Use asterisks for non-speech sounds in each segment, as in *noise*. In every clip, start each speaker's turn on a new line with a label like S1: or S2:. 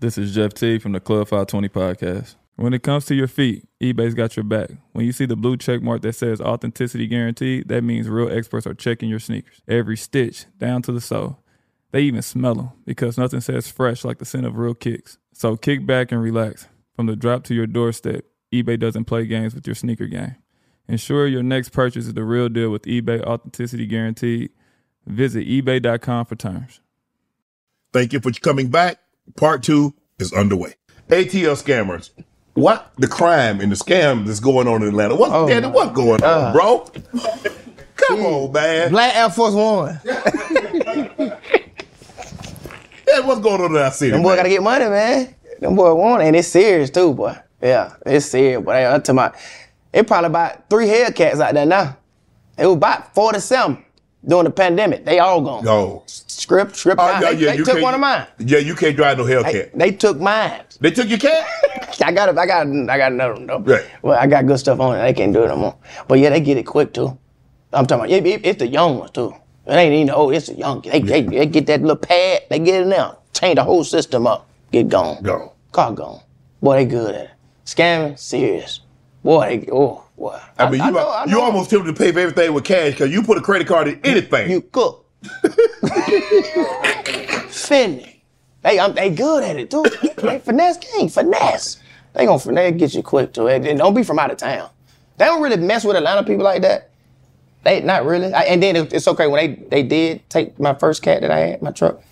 S1: This is Jeff T from the Club 520 podcast. When it comes to your feet, eBay's got your back. When you see the blue check mark that says authenticity guaranteed, that means real experts are checking your sneakers. Every stitch, down to the sole. They even smell them because nothing says fresh like the scent of real kicks. So kick back and relax. From the drop to your doorstep, eBay doesn't play games with your sneaker game. Ensure your next purchase is the real deal with eBay authenticity guaranteed. Visit ebay.com for terms.
S2: Thank you for coming back. Part two is underway. ATL scammers. What the crime and the scam that's going on in Atlanta? What,
S3: Oh,
S2: Danny,
S3: my
S2: what going on,
S3: God.
S2: bro?
S3: *laughs*
S2: Come on, man.
S3: Black Air Force One.
S2: Yeah, what's going on in our city?
S3: Them boy
S2: man?
S3: gotta get money, man. Them boy want it, and it's serious too, boy. Yeah, it's serious, boy. I'm talking about, it probably about three Hellcats out there now. It was about four to seven during the pandemic. They all gone.
S2: No.
S3: Script, script.
S2: Oh,
S3: mine.
S2: yeah,
S3: they
S2: yeah,
S3: they
S2: you
S3: took
S2: can't-
S3: one of mine.
S2: Yeah, you can't drive no Hellcat.
S3: They, they took mine.
S2: They took your cat?
S3: I got, a, I got, I got another one though.
S2: Right.
S3: Well, I got good stuff on it. They can't do it no more. But yeah, they get it quick too. I'm talking about it, it- it's the young ones too. It ain't even the old. It's the young. They, they, they get that little pad. They get it now. Change the whole system up. Get gone.
S2: Gone.
S3: Car gone. Boy, they good at it. Scamming, serious. Boy, they, oh, boy.
S2: I mean, you,
S3: know,
S2: are-
S3: I
S2: you
S3: know.
S2: almost tempted to pay for everything with cash because you put a credit card in anything. *laughs*
S3: You cook. Finny. They, um, they good at it, too. They finesse gang, finesse. They gonna finesse, get you quick, too. And, and don't be from out of town. They don't really mess with Atlanta people like that. They, not really. I, and then it- it's okay, when they, they did take my first cat that I had, my truck,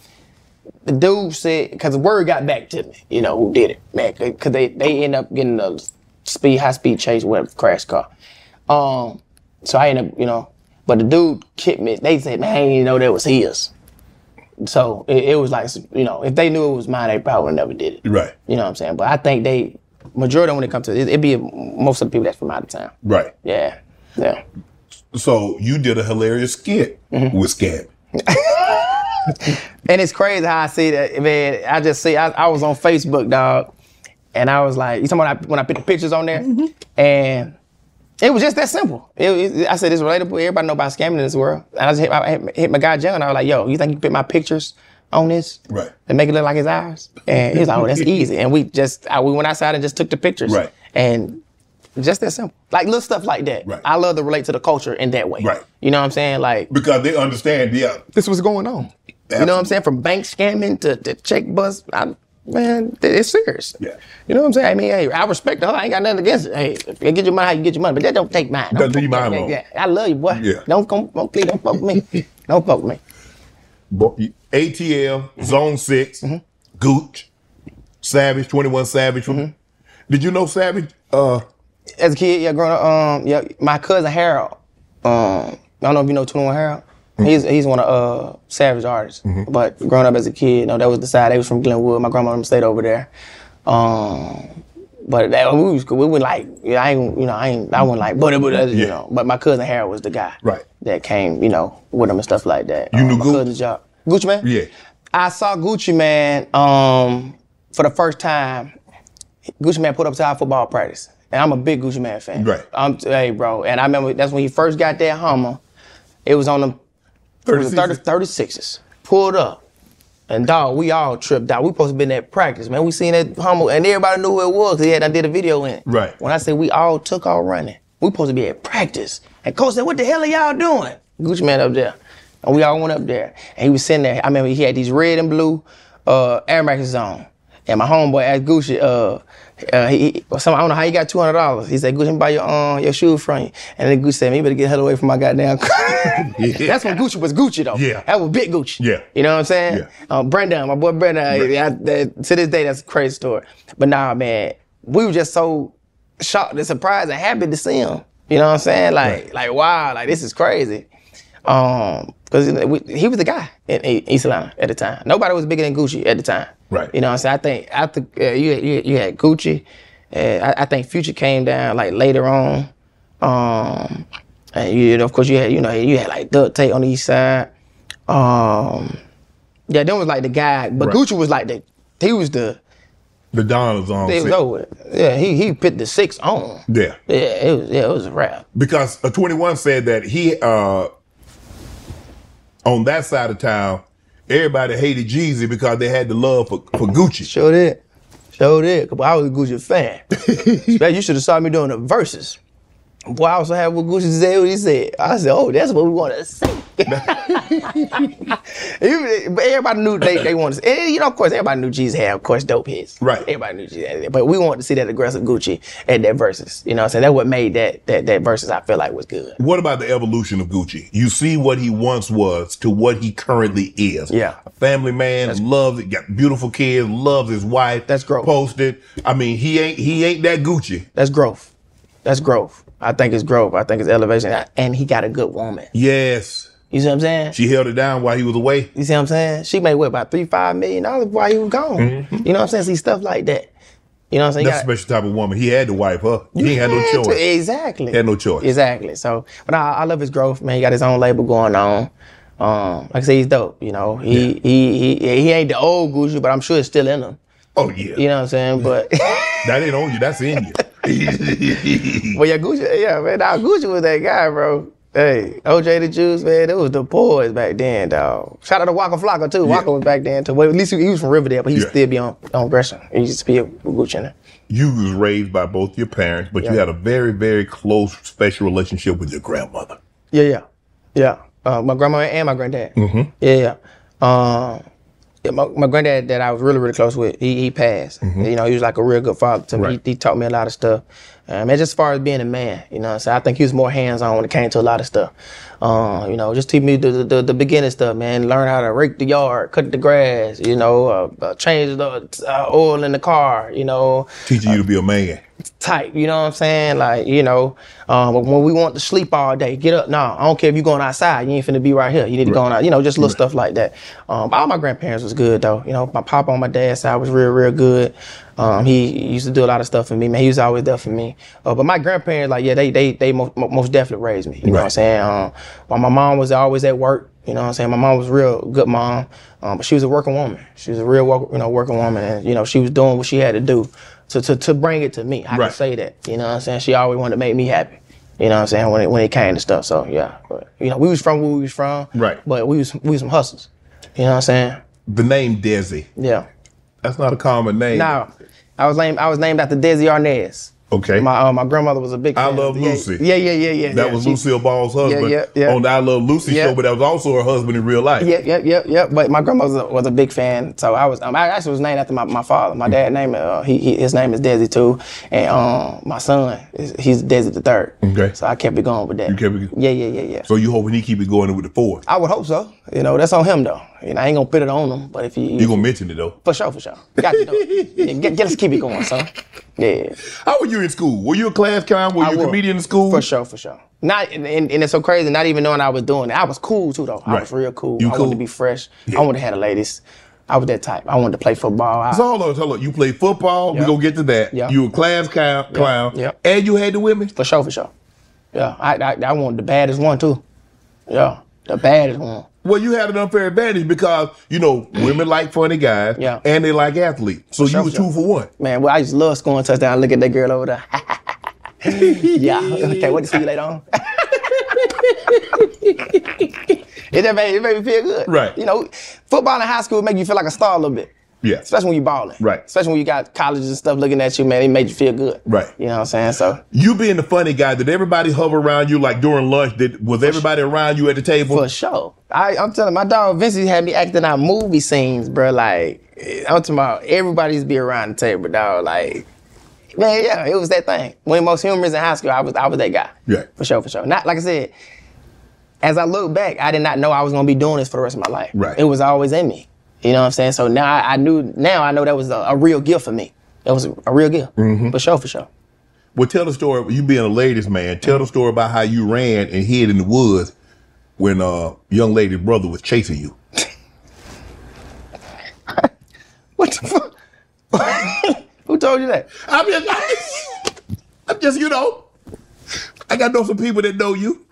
S3: the dude said, because the word got back to me, you know, who did it, man, because they, they end up getting a speed, high speed chase with a crash car. Um, so I ended up, you know, but the dude kicked me. They said, man, I didn't even know that was his. So it, it was like, you know, if they knew it was mine, they probably would never did it.
S2: Right.
S3: You know what I'm saying? But I think they, majority when it comes to it, it'd be most of the people that's from out of town.
S2: Right.
S3: Yeah. Yeah.
S2: So you did a hilarious skit
S3: Mm-hmm.
S2: with Scam.
S3: And it's crazy how I see that, man. I just see, I, I was on Facebook, dog, and I was like, you talking about when I put the pictures on there? And it was just that simple. It, it- I said, it's relatable. Everybody know about scamming in this world. And I just hit my, I hit, hit my guy, John, and I was like, yo, you think you put my pictures on this?
S2: Right.
S3: And make it look like it's ours? And he's like,
S2: *laughs*
S3: oh, that's easy. And we just, I, we went outside and just took the pictures.
S2: Right.
S3: And just that simple. Like little stuff like that.
S2: Right.
S3: I love to relate to the culture in that way.
S2: Right.
S3: You know what I'm saying? Like,
S2: Because they understand, yeah.
S3: this was going on. You know what I'm saying? From bank scamming to, to check bus, I, man, th- it's serious.
S2: Yeah.
S3: You know what I'm saying? I mean, hey, I respect the whole. I ain't got nothing against it. Hey, if you get your money, how you get your money, but that don't take mine.
S2: Don't
S3: do
S2: leave mine alone.
S3: Yeah, I love you, boy.
S2: Yeah.
S3: Don't come, don't please, don't fuck with me. Don't fuck with me.
S2: Bo- ATL, Zone 6, Gooch, Savage, 21 Savage. Did you know Savage? Uh,
S3: As a kid, yeah, growing up, um, yeah, my cousin Harold, um, I don't know if you know 21 Harold.
S2: Mm-hmm.
S3: He's he's one of uh Savage artists. But growing up as a kid, you know, that was the side. They was from Glenwood. My grandma and them stayed over there. Um, but that, we was we were like, yeah, I ain't, you know, I ain't, I wasn't like, but, but you
S2: Yeah.
S3: know, but my cousin Harold was the guy,
S2: Right.
S3: That came, you know, with him and stuff like that. Um,
S2: You knew
S3: my
S2: Gucci?
S3: cousin job. Gucci man.
S2: Yeah.
S3: I saw Gucci man um, for the first time. Gucci man put up to our football practice, and I'm a big Gucci man fan.
S2: Right.
S3: I'm hey bro, and I remember that's when he first got that Hummer. It was on the it was
S2: 36.
S3: the 30, 36s. Pulled up. And dog, we all tripped out. We supposed to be in that practice, man. We seen that humble, and everybody knew who it was. 'cause He had, I did a video in it.
S2: Right.
S3: When I say we all took off running, we supposed to be at practice. And coach said, "What the hell are y'all doing?" Gucci man up there, and we all went up there. And he was sitting there. I remember he had these red and blue uh, Air Maxes on, and my homeboy asked Gucci, uh, Uh, he, he- some, I don't know how he got two hundred dollars. He said, "Gucci, let me buy your um, your shoes from you." And then Gucci said, "Man, you better get the hell away from my goddamn." car." *laughs* That's when Gucci was Gucci though.
S2: Yeah.
S3: that was big Gucci.
S2: Yeah.
S3: you know what I'm saying?
S2: Yeah.
S3: Um, Brendan, my boy Brendan. yeah, I- that- to this day, that's a crazy story. But nah, man, we were just so shocked and surprised and happy to see him. You know what I'm saying? Like, like wow, like this is crazy. Um, because he was the guy in E- East Atlanta at the time. Nobody was bigger than Gucci at the time.
S2: Right.
S3: You know what I'm saying? I think after uh, you, you you had Gucci, uh, I, I think Future came down like later on. Um, and you know, of course you had you know you had like duct tape on the east side. Um, yeah, then was like the guy, but
S2: Right.
S3: Gucci was like the he was the
S2: The Don is on.
S3: he was
S2: six.
S3: over. it. Yeah, he he put the six on.
S2: Yeah.
S3: Yeah, it was yeah it was a wrap.
S2: because a 21 said that he uh on that side of town everybody hated Jeezy because they had the love for, for Gucci.
S3: Showed it. Showed it. Cause boy, I was a Gucci fan. Man, you should have saw me doing the verses. Boy, I also had what Gucci said what he said. I said, oh, that's what we want to see. Even- but everybody knew they, they wanted to see. And, you know, of course, everybody knew G's had, of course, dope hits.
S2: Right.
S3: Everybody knew G's had it. But we wanted to see that aggressive Gucci at that verses. You know what I'm saying? That's what made that that that verses I feel like was good.
S2: What about the evolution of Gucci? You see what he once was to what he currently is.
S3: Yeah.
S2: A family man, loves it, got beautiful kids, loves his wife.
S3: That's growth.
S2: Posted. I mean, he ain't he ain't that Gucci.
S3: That's growth. That's growth. I think it's growth. I think it's elevation. And he got a good woman.
S2: Yes.
S3: You see what I'm saying?
S2: She held it down while he was away.
S3: You see what I'm saying? She made what about three, five million dollars while he was gone. You know what I'm saying? See stuff like that. You know what I'm saying?
S2: Mm-hmm.
S3: You
S2: That's a
S3: gotta-
S2: special type of woman. He had to wipe her. He ain't had
S3: had
S2: no
S3: to-
S2: choice.
S3: Exactly.
S2: Had no choice.
S3: Exactly. So, but I, I love his growth, man. He got his own label going on. Um, like I say, he's dope. You know, he he he he ain't the old Gucci, but I'm sure it's still in him.
S2: Oh yeah.
S3: You know what I'm saying? But *laughs*
S2: That ain't on you. That's in you.
S3: Mm. but yeah, Gucci, yeah, man, nah, Gucci was that guy, bro. Hey, OJ the Juice, man, it was the boys back then, dog. Shout out to Waka Flocka too. Waka was back then too. Well, at least he, he was from Riverdale, but he
S2: Yeah.
S3: still be on on Gresham. He used to be a Gucci in there.
S2: you was raised by both your parents, but you
S3: Yeah.
S2: had a very, very close, special relationship with your grandmother.
S3: Yeah, yeah, yeah. Uh, my grandma and my granddad. Mm-hmm. Yeah, yeah. Um, yeah, my, my granddad that I was really really close with, he he passed. You know, he was like a real good father to me.
S2: Right.
S3: He, he taught me a lot of stuff. Um, and just as far as being a man, you know, what I'm saying I think he was more hands on when it came to a lot of stuff. Uh, you know, just teach me the, the the beginning stuff, man. Learn how to rake the yard, cut the grass. You know, uh, uh, change the uh, oil in the car. You know,
S2: Teaching you to be a man.
S3: type. You know what I'm saying? Like, you know, um, but when we want to sleep all day, get up. No, I don't care if you're going outside. You ain't finna be right here. You need to go on out. You know, just little stuff like that. Um, all my grandparents was good though. You know, my papa on my dad's side was real, real good. Um, he used to do a lot of stuff for me, man. He was always there for me. Uh, but my grandparents, like, yeah, they they they most, most definitely raised me. You know what I'm saying? Um, while my mom was always at work. You know what I'm saying? My mom was a real good mom, um, but she was a working woman. She was a real, work, you know, working woman, and you know she was doing what she had to do to to, to bring it to me. I
S2: Right.
S3: can say that. You know what I'm saying? She always wanted to make me happy. You know what I'm saying? When it when it came to stuff. So yeah. But, you know, we was from where we was from.
S2: Right.
S3: But we was we was some hustlers. You know what I'm saying?
S2: The name Desi.
S3: Yeah.
S2: That's not a common name.
S3: Now, I was named I was named after Desi Arnaz.
S2: Okay.
S3: My uh, my grandmother was a big.
S2: I
S3: fan of
S2: Love
S3: the- yeah,
S2: Lucy.
S3: Yeah, yeah, yeah, yeah.
S2: that
S3: yeah.
S2: was
S3: She-
S2: Lucille Ball's husband
S3: yeah, yeah.
S2: on the I Love Lucy
S3: Yeah.
S2: show, but that was also her husband in real life.
S3: Yep, yep, yep, yep. But my grandma was a, was a big fan, so I was. Um, I actually was named after my, my father. My dad named uh, he, he his name is Desi too, and um my son is, he's Desi the third.
S2: Okay.
S3: So I kept it going with that. You
S2: kept it-
S3: Yeah, yeah, yeah, yeah.
S2: So you hoping he keep it going with the four.
S3: I would hope so. You know, that's on him though, and I ain't gonna put it on him. But if you,
S2: You gonna mention it though.
S3: for sure, for sure, got to do it. Yeah, get, get us keep it going, son. Yeah.
S2: How were you in school? Were you a class clown? Were
S3: I
S2: you a
S3: was.
S2: comedian in school?
S3: For sure, for sure. Not and, and, and it's so crazy. Not even knowing I was doing it, I was cool too though. I was
S2: Right.
S3: real cool.
S2: You
S3: I
S2: cool.
S3: wanted to be fresh. I wanted to have the ladies. I was that type. I wanted to play football. I,
S2: It's all on. Hold on. You played football. We
S3: Yeah.
S2: gonna get to that.
S3: Yeah.
S2: You a class clown, clown,
S3: Yeah.
S2: and you had the women.
S3: For sure, for sure. Yeah, I, I I wanted the baddest one too. Yeah, the baddest one.
S2: Well, you had an unfair advantage because you know women like funny guys,
S3: Yeah.
S2: and they like athletes. So you
S3: sure,
S2: was
S3: for
S2: two for one.
S3: Man, well, I just love scoring touchdown. Look at that girl over there. *laughs* yeah, I can't wait to see you later on. *laughs* it just made, it made me feel good.
S2: Right.
S3: You know, football in high school make you feel like a star a little bit.
S2: Yeah.
S3: Especially when you're balling.
S2: Right.
S3: Especially when you got colleges and stuff looking at you, man. It made you feel good.
S2: Right.
S3: You know what I'm saying? So
S2: You being the funny guy, did everybody hover around you like during lunch? Did was everybody around you at the table?
S3: For sure. I, I'm telling my dog Vincent had me acting out movie scenes, bro. Like eh, I'm talking about everybody's be around the table, dog. Like Man, yeah, it was that thing. When most humorous in high school, I was I was that guy.
S2: Yeah.
S3: For sure, for sure. Not like I said, as I look back, I did not know I was gonna be doing this for the rest of my life.
S2: Right.
S3: It was always in me. You know what I'm saying? So now I, I knew now I know that was a, a real gift for me. That was a real gift. For sure, for sure.
S2: Well, tell the story. You being a ladies' man, tell the story about how you ran and hid in the woods when uh young lady brother was chasing you.
S3: What the fuck? *laughs* Who told you that?
S2: I'm just, *laughs* I'm just, you know, I got to know some people that know you.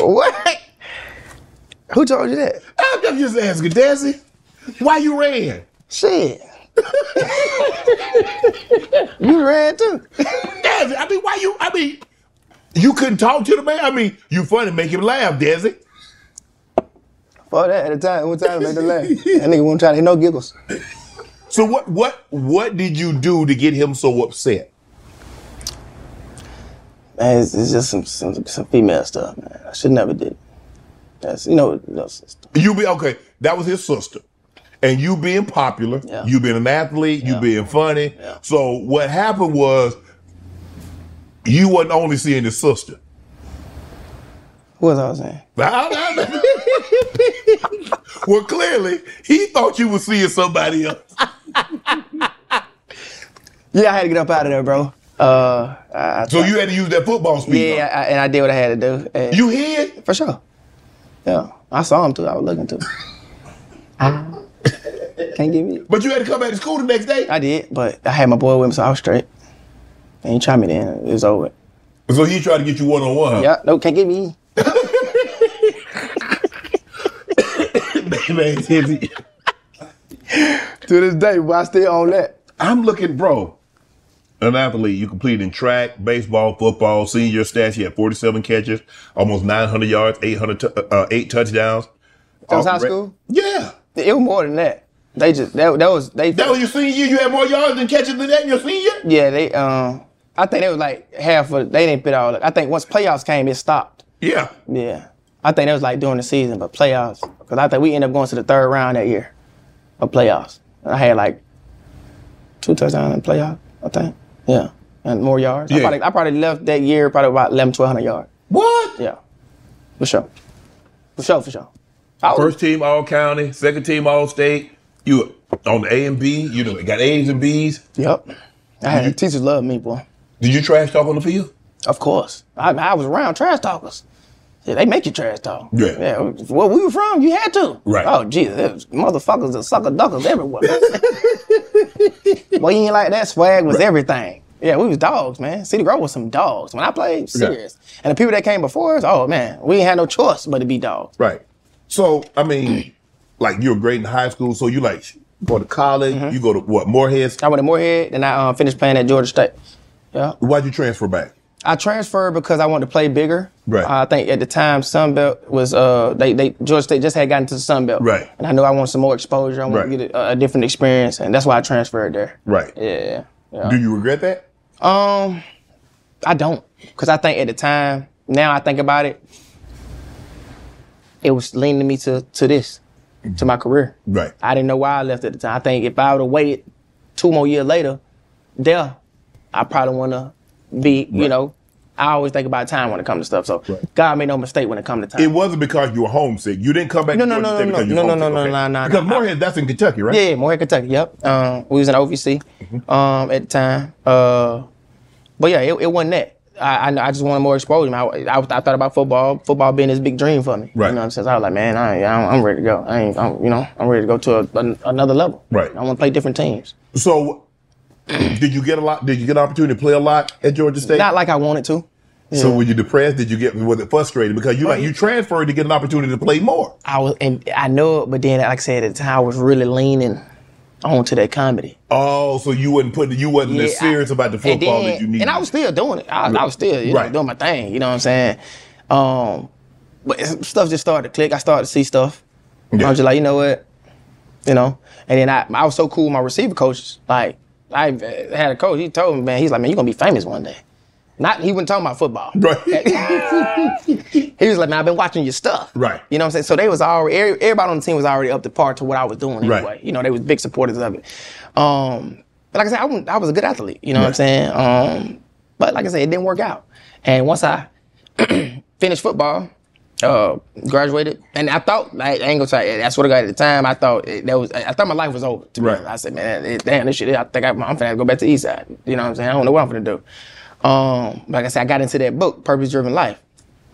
S3: What? Who told you that?
S2: I'm just- I'm just asking, Desi, why you ran?
S3: Shit. *laughs* you ran too.
S2: Desi, I mean, why you? I mean, you couldn't talk to the man. I mean, you funny, make him laugh, Desi.
S3: For that at the time, one time made the laugh. That nigga won't try to no giggles.
S2: So what? What? What did you do to get him so upset?
S3: Man, it's, it's just some, some some female stuff, man. I should never did. it. That's you know, that's-
S2: You be okay. That was his sister, and you being popular,
S3: Yeah.
S2: you being an athlete, you
S3: Yeah.
S2: being funny.
S3: Yeah.
S2: So what happened was, you wasn't only seeing his sister. *laughs*
S3: what was I was saying?
S2: I- I- I- well, clearly he thought you were seeing somebody else.
S3: Yeah, I had to get up out of there, bro. Uh, I,
S2: So you had to use that football speed.
S3: yeah, I, and I did what I had to do. And
S2: You hid?
S3: for sure. Yeah, I saw him too. I was looking too. I can't give you.
S2: But you had to come back to school the next day.
S3: I did, but I had my boy with me, so I was straight. And he tried me then. It was over.
S2: So he tried to get you one on one.
S3: Yeah, no, can't give me.
S2: *laughs*
S3: To this day, but I still own that.
S2: I'm looking, bro. An athlete, you completed in track, baseball, football, senior stats. You had 47 catches, almost 900 yards, 800 t- uh, eight touchdowns.
S3: That was
S2: Off
S3: high
S2: the re-
S3: school.
S2: Yeah.
S3: It was more than that. They just that, that was they.
S2: That was your senior year. You had more yards than catches than that in your senior year?
S3: Yeah, they um I think it was like half of they didn't fit all I think once playoffs came it stopped.
S2: Yeah.
S3: Yeah. I think that was like during the season, but playoffs cuz I think we ended up going to the third round that year of playoffs. And I had like two touchdowns in playoffs, I think. Yeah. And more yards. I
S2: Yeah.
S3: probably I probably left that year probably about 11 1200 yards.
S2: What?
S3: Yeah. For sure. For sure, for sure. I was-
S2: First team all county, second team all state. You were on the A and B. You know, got A's and B's.
S3: Yep. I had teachers love me, boy.
S2: Did you trash talk on the field?
S3: Of course. I, I was around trash talkers. Yeah, they make you trash talk.
S2: Yeah.
S3: yeah. Where we were from, you had to.
S2: Right.
S3: Oh, Jesus. there was Motherfuckers and sucker duckers everywhere. Boy, you ain't like that. Swag was everything. Yeah, we was dogs, man. City Grove was some dogs. When I played, serious. And the people that came before us, oh, man, we ain't had no choice but to be dogs.
S2: Right. So I mean, like you're great in high school. So you like go to college. You go to what Morehead.
S3: I went to Moorhead, and I um, finished playing at Georgia State. Yeah.
S2: Why'd you transfer back?
S3: I transferred because I wanted to play bigger.
S2: Right.
S3: I think at the time Sunbelt was uh they they Georgia State just had gotten to the Sunbelt.
S2: Right.
S3: And I knew I wanted some more exposure. I wanted
S2: Right.
S3: to get a, a different experience, and that's why I transferred there.
S2: Right.
S3: Yeah. Yeah.
S2: Do you regret that?
S3: Um, I don't, cause I think at the time, now I think about it, it was leaning me to to this, to
S2: Mm-hmm.
S3: my career.
S2: Right.
S3: I didn't know why I left at the time. I think if I would have waited two more years later, there, I probably wanna be, you
S2: Right.
S3: know, I always think about time when it comes to stuff. So
S2: Right.
S3: God made no mistake when it comes to time.
S2: It wasn't because you were homesick. You didn't come back.
S3: No,
S2: to
S3: no,
S2: Georgia
S3: no,
S2: State
S3: no,
S2: because
S3: no,
S2: you were
S3: no, no,
S2: homesick.
S3: no,
S2: Okay.
S3: no, no, no.
S2: Because Morehead, that's in Kentucky, right?
S3: Yeah, Morehead, Kentucky. Yep. Um, we was in OVC
S2: Mm-hmm.
S3: um, at the time. Uh, but yeah, it, it wasn't that. I, I I just wanted more exposure. I, I, I thought about football. Football being this big dream for me.
S2: Right.
S3: You know what I'm saying? So I was like, man, I, I I'm ready to go. I ain't, I'm, you know, I'm ready to go to a, an another level.
S2: Right.
S3: I want to play different teams.
S2: So, did you get a lot? Did you get an opportunity to play a lot at Georgia State?
S3: Not like I wanted to.
S2: So were you depressed? Did you get was it frustrated because you like you transferred to get an opportunity to play more?
S3: I was, and I know it, but then, like I said, at the time, I was really leaning onto that comedy.
S2: Oh, so you wasn't putting you wasn't as
S3: Yeah,
S2: serious
S3: I-
S2: about the
S3: and
S2: football
S3: then-
S2: that you needed.
S3: And I was still doing it. I, I was still you know,
S2: Right.
S3: doing my thing. You know what I'm saying? Um, but it's- stuff just started to click. I started to see stuff. I
S2: Yeah.
S3: was just like, you know what? You know. And then I, I was so cool with my receiver coaches. Like I had a coach. He told me, man, he's like, man, you're gonna be famous one day. Not he wasn't talking about football.
S2: *laughs* right.
S3: *laughs* He was like, man, I've been watching your stuff.
S2: Right.
S3: You know what I'm saying? So they was already every- everybody on the team was already up to par to what I was doing
S2: Right.
S3: anyway. You know, they was big supporters of it. Um, But like I said, I, wasn't- I was a good athlete. You know what I'm saying? Um, but like I said, it didn't work out. And once I finished football, uh, graduated, and I thought like, I ain't gonna try. I swear to God, at the time, I thought it, that was. I thought my life was over. To be
S1: Right.
S3: honest. I said, man, it- damn, this shit. I think I, I'm finna have to go back to East Side. You know what I'm saying? I don't know what I'm finna do. Um, like I said, I got into that book, Purpose Driven Life,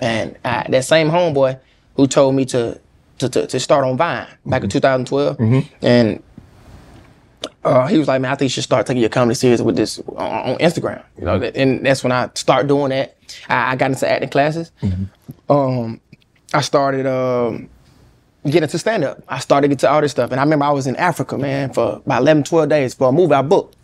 S3: and I, that same homeboy who told me to to, to, to start on Vine back in 2012, and uh, he was like, man, I think you should start taking your comedy serious with this on, on Instagram. You know, that- and that's when I start doing that. I, I got into acting classes. Um, I started um, getting into stand up. I started getting to all this stuff, and I remember I was in Africa, man, for about 11, 12 days for a movie I booked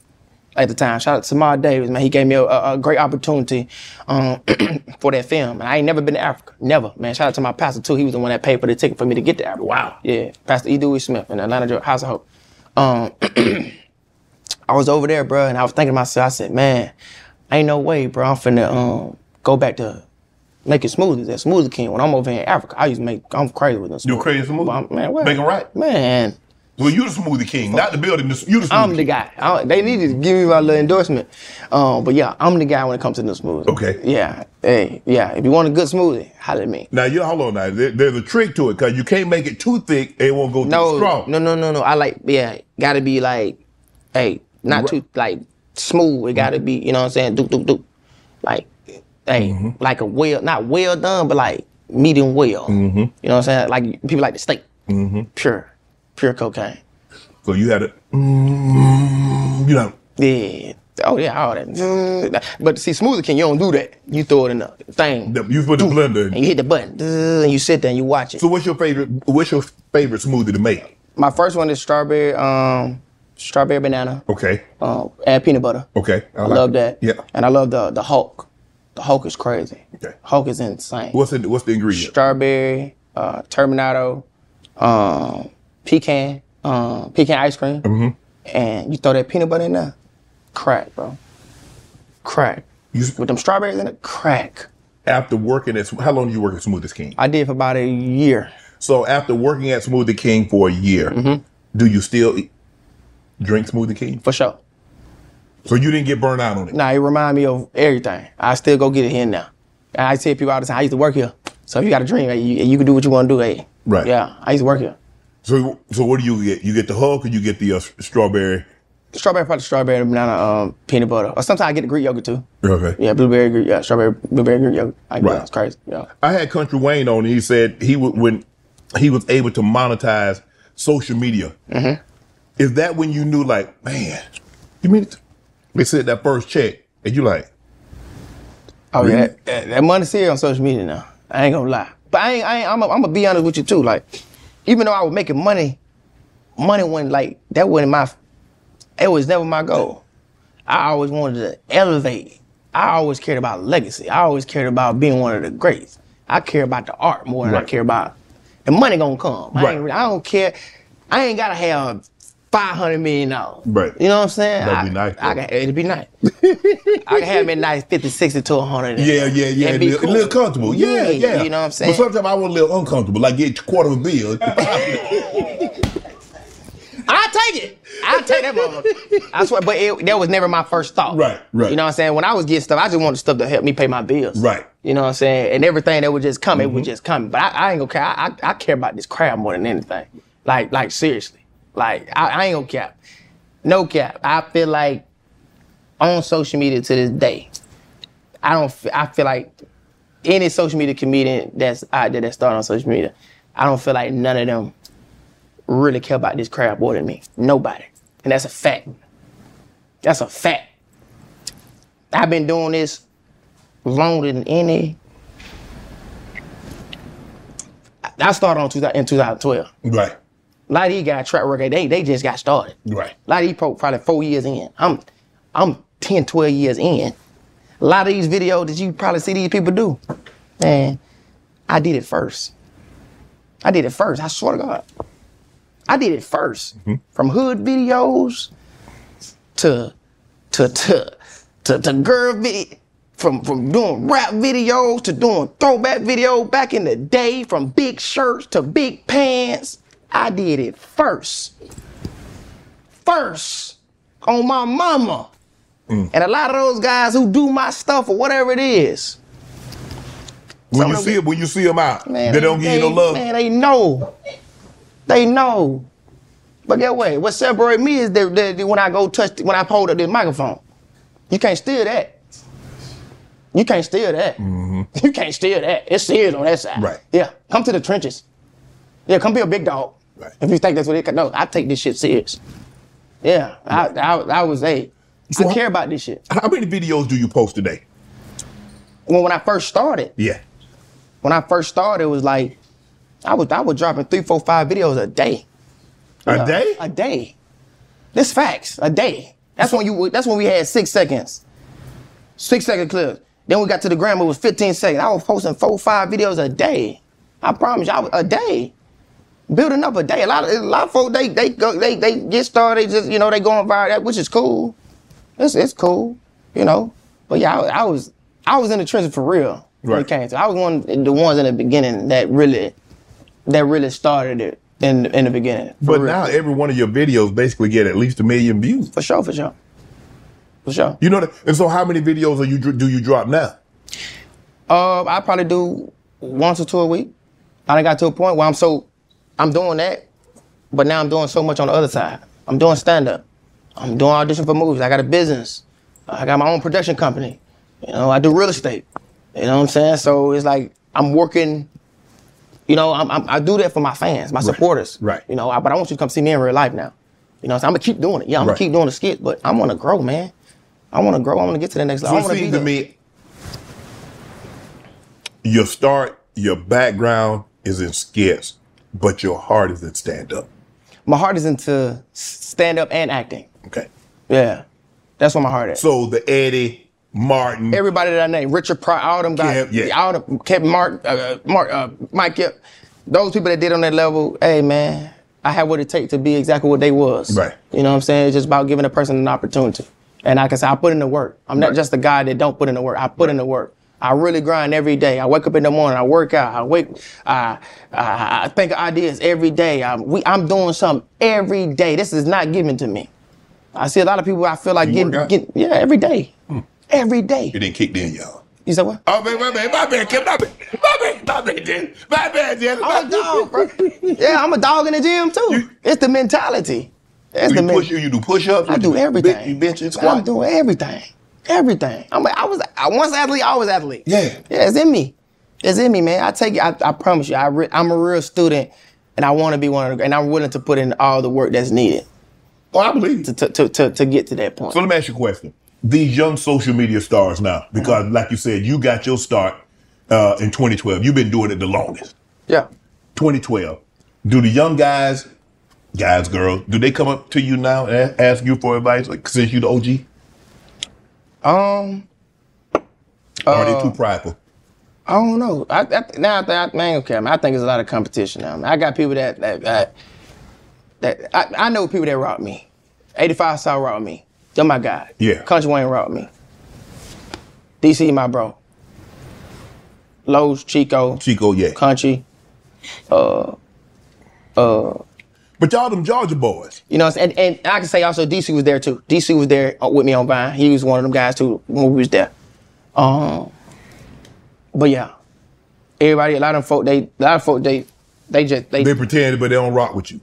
S3: at the time. Shout out to Samar Davis, man. He gave me a, a, a great opportunity um, *clears throat* for that film. And I ain't never been to Africa. Never, man. Shout out to my pastor, too. He was the one that paid for the ticket for me to get to Africa. Wow. Yeah. Pastor E. Dewey Smith in Atlanta, Georgia. House of Hope. Um, *clears throat* I was over there, bro, and I was thinking to myself, I said, man, ain't no way, bro, I'm finna um, go back to making smoothies at Smoothie King when I'm over here in Africa. I used to make, I'm crazy with them.
S2: You're
S3: smoothies.
S2: crazy smoothie.
S3: But I'm- Man, what?
S2: Making right.
S3: Man.
S2: Well, you the smoothie king, not the building. the- You the smoothie
S3: I'm the
S2: king.
S3: guy. I, they needed to give me my little endorsement. Um, but yeah, I'm the guy when it comes to the smoothie.
S2: Okay.
S3: Yeah. Hey, yeah. If you want a good smoothie, holler at me.
S2: Now, you hold on now. There, there's a trick to it because you can't make it too thick. It won't go
S3: No,
S2: too strong.
S3: no, no, no, no. I like, yeah, gotta be like, hey, not too like smooth. It gotta be, you know what I'm saying? Doop, doop, doop. Like, hey, like a well, not well done, but like medium well. Mm-hmm. You know what I'm saying? Like people like the steak. Mm-hmm. Pure, pure cocaine.
S2: So you had a, mm, you know,
S3: Yeah. Oh yeah, all that. But see, Smoothie King, you don't do that. You throw it in the thing.
S2: the- you put the blender.
S3: and
S2: in.
S3: you hit the button, and you sit there and you watch it.
S2: So what's your favorite? What's your favorite smoothie to make?
S3: My first one is strawberry, um, strawberry banana,
S2: Okay,
S3: um, add peanut butter.
S2: okay,
S3: I, love that.
S2: it. Yeah.
S3: and I love the the Hulk. The Hulk is crazy.
S2: Okay.
S3: Hulk is insane.
S2: What's in, what's the ingredient?
S3: Strawberry, uh, Terminato, um, pecan, um, pecan ice cream,
S2: Mm-hmm.
S3: and you throw that peanut butter in there, crack, bro, crack.
S2: You,
S3: With them strawberries in it, crack.
S2: after working at how long did you work at Smoothie King?
S3: I did for about a year.
S2: So after working at Smoothie King for a year,
S3: Mm-hmm.
S2: do you still eat, drink Smoothie King?
S3: For sure.
S2: So you didn't get burned out on it.
S3: Nah, it remind me of everything. I still go get it here now. And I tell people all the time, I used to work here. So if you got a dream, hey, you, you can do what you want to do, hey.
S2: Right.
S3: Yeah, I used to work here.
S2: So so what do you get? You get the Hulk or you get the uh, s- strawberry?
S3: Strawberry probably strawberry banana um, peanut butter, or sometimes I get the Greek yogurt too.
S2: Okay.
S3: Yeah, blueberry Greek, yeah, strawberry blueberry Greek yogurt. I
S2: Right.
S3: right. It's crazy. Yeah.
S2: I had Country Wayne on. And he said he would when he was able to monetize social media.
S3: Mm-hmm.
S2: Is that when you knew like, man, you mean they said that first check and you like,
S3: Oh yeah,
S2: Really?
S3: that, that, that money's here on social media now. I ain't gonna lie, but I ain't. I ain't I'm gonna be honest with you too. Like, even though I was making money, money wasn't like that. wasn't my. It was never my goal. I always wanted to elevate. I always cared about legacy. I always cared about being one of the greats. I care about the art more than I
S2: Right.
S3: care about the money gonna come. I,
S2: Right.
S3: ain't, really- I don't care. I ain't gotta have five hundred million dollars.
S2: Right.
S3: You know what I'm saying?
S2: That'd be
S3: I-
S2: nice,
S3: I
S2: though.
S3: can- it'd be nice. I can have me a nice 50, 60 to 100.
S2: yeah, yeah, yeah,
S3: And
S2: a
S3: be
S2: little,
S3: cool.
S2: a little comfortable, yeah, yeah,
S3: You know what I'm saying?
S2: But sometimes I want a little uncomfortable, like get a quarter of a bill.
S3: *laughs* I'll take it. I'll take that motherfucker. I swear, but it, that was never my first thought.
S2: Right, right.
S3: You know what I'm saying? When I was getting stuff, I just wanted stuff to help me pay my bills.
S2: Right.
S3: You know what I'm saying? And everything that would just come, it would just come. But I, I ain't gonna care. I, I, I care about this crowd more than anything. Like, like seriously. Like, I, I ain't gonna cap. No cap. I feel like on social media to this day, I don't. f- I feel like any social media comedian that's out there that started on social media, I don't feel like none of them really care about this crowd more than me. Nobody, and that's a fact. That's a fact. I've been doing this longer than any. I- I started on 2000, in 2012.
S2: right,
S3: A lot of these guys track record, they they just got started.
S2: right.
S3: A lot of these pro- probably four years in. I'm I'm 10, 12 years in. A lot of these videos that you probably see these people do, man, I did it first. I did it first. I swear to God. I did it 1st From hood videos to to to to, to girl video from from doing rap videos to doing throwback video back in the day from big shirts to big pants. I did it first first on my mama. And a lot of those guys who do my stuff or whatever it is,
S2: When
S3: Some
S2: you
S3: of
S2: see
S3: them-
S2: them, when you see them out,
S3: man,
S2: they don't give you no love.
S3: Man, they know. They know. But get what? What separates me is that, that- that when I go touch, when I hold up this microphone, you can't steal that. You can't steal that. *laughs* You can't steal that. It's sealed on that side.
S2: Mm-hmm. Right.
S3: Yeah. Come to the trenches. Yeah. Come be a big dog.
S2: Right.
S3: If you think that's what it. No, I take this shit serious. Yeah. I, I, I was a. I
S2: So-
S3: care about this shit.
S2: How many videos do you post today?
S3: When when I first started,
S2: Yeah.
S3: when I first started, it was like I was I was dropping three, four, five videos a day.
S2: A day?
S3: A day. This facts. A day. That's when you. That's when we had six seconds. Six second clips. Then we got to the gram. It was 15 seconds. I was posting four, five videos a day. I promise y'all, a day. Building up a day. A lot of a lot of folks they they go they they get started. They just you know they going viral, that- which is cool. It's it's cool, you know. But yeah, I, I was I was in the trenches for real. When
S2: Right.
S3: it came to, I was one of the ones in the beginning that really that really started it in in the beginning. for
S2: But
S3: real.
S2: now every one of your videos basically get at least a million views.
S3: For sure, for sure. For sure.
S2: You know that. And so, how many videos are you dr- do you drop now?
S3: Uh, I probably do once or two a week. I done got to a point where I'm so, I'm doing that, but now I'm doing so much on the other side. I'm doing stand up. I'm doing audition for movies. I got a business. I got my own production company. You know, I do real estate. You know what I'm saying? So it's like I'm working. You know, I'm, I'm, I do that for my fans, my supporters.
S2: Right.
S3: You know, I, but I want you to come see me in real life now. You know, so I'm gonna keep doing it. Yeah, I'm
S2: Right.
S3: gonna keep doing the skit, but I want to grow, man. I want to grow. I want to get to the next
S2: So
S3: level.
S2: it
S3: I want
S2: seems
S3: be
S2: to
S3: the-
S2: me, your start, your background is in skits, but your heart is in stand up.
S3: my heart is into stand up and acting.
S2: Okay.
S3: Yeah, that's where my heart is.
S2: So the Eddie Martin,
S3: Everybody that I named, Richard Pryor, all them guys,
S2: Mm-hmm. Kev, yeah.
S3: all them, Kevin Mark, uh, Mark, uh, Mike, Yep, those people that did on that level. Hey man, I had what it takes to be exactly what they was.
S2: Right.
S3: You know what I'm saying? It's just about giving a person an opportunity. And like I said, I put in the work. I'm not
S2: Right.
S3: just a guy that don't put in the work. I put in the work. I really grind every day. I wake up in the morning. I work out. I wake. I I, I think of ideas every day. I'm, we, I'm doing something every day. This is not given to me. I see a lot of people. I feel like
S2: You
S3: getting,
S2: work out? Hmm.
S3: getting yeah every day, every day.
S2: it didn't kick in, y'all.
S3: You said what?
S2: Oh, man, my bad, my bad, Kim, my bad, my bad, my bad, Jen, my bad, Jen.
S3: I'm a dog, Oh, bro. Yeah, I'm a dog in the gym too. it's the mentality. It's
S2: Do
S3: the
S2: you
S3: men-
S2: push you, you do push ups.
S3: I do everything.
S2: You bench and
S3: I
S2: squat.
S3: do everything. Everything. I'm a, I was I once athlete, always athlete.
S2: Yeah.
S3: Yeah, it's in me. It's in me, man. I take it. I, I promise you. I re, I'm a real student, and I want to be one of the. And I'm willing to put in all the work that's needed
S2: Oh, I believe. you.
S3: to to, to, to get to that point.
S2: So let me ask you a question. These young social media stars now, because
S3: Mm-hmm.
S2: like you said, you got your start uh, in 2012. You've been doing it the longest.
S3: yeah.
S2: 2012. Do the young guys, guys, girls, do they come up to you now and a- ask you for advice like, since you the OG?
S3: Um. uh,
S2: Or are they too prideful?
S3: I don't know. I, I, now I, think- I, man, okay, I, mean, I think there's a lot of competition now. I got people that that that, that I, I know people that rock me. 85 South rock me. They're my guy.
S2: Yeah.
S3: Country Wayne rock me. DC my bro. Lowe's, Chico,
S2: Chico, yeah.
S3: Country. uh,
S2: But y'all them Georgia boys.
S3: You know, what I'm saying? and, and I can say also DC was there too. DC was there uh, with me on Vine. He was one of them guys too when we was there. Um, but yeah, everybody, a lot of folk, they, a lot of folk, they, they just,
S2: They pretend, but they don't rock with you.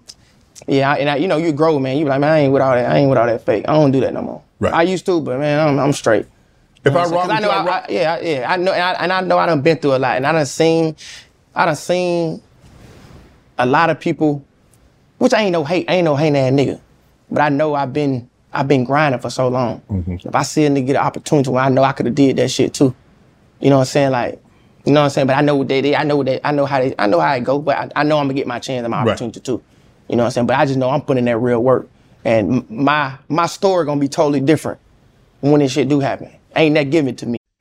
S3: Yeah, I- and I, you know, you grow, man. You be like, man, I ain't with all that. I ain't with all that fake. I don't do that no more.
S2: Right.
S3: I used to, but man, I'm, I'm straight.
S2: If I
S3: 'Cause
S2: rock with
S3: I know,
S2: you, I,
S3: I,
S2: rock.
S3: I, yeah, I- yeah, I know, and I, and I know, I done been through a lot, and I done seen, I done seen a lot of people, which I ain't no hate, I ain't no hating ass nigga, but I know I've been, I've been grinding for so long. If I see a nigga get an opportunity, when I know I could have did that shit too. You know what I'm saying? Like, you know what I'm saying? But I know what they, they I know what they, I know how they, I know how it go. But I, I know I'm gonna get my chance and my
S2: Right.
S3: opportunity too. You know what I'm saying? But I just know I'm putting in that real work, and m- my my story gonna be totally different when this shit do happen. Ain't that given to me?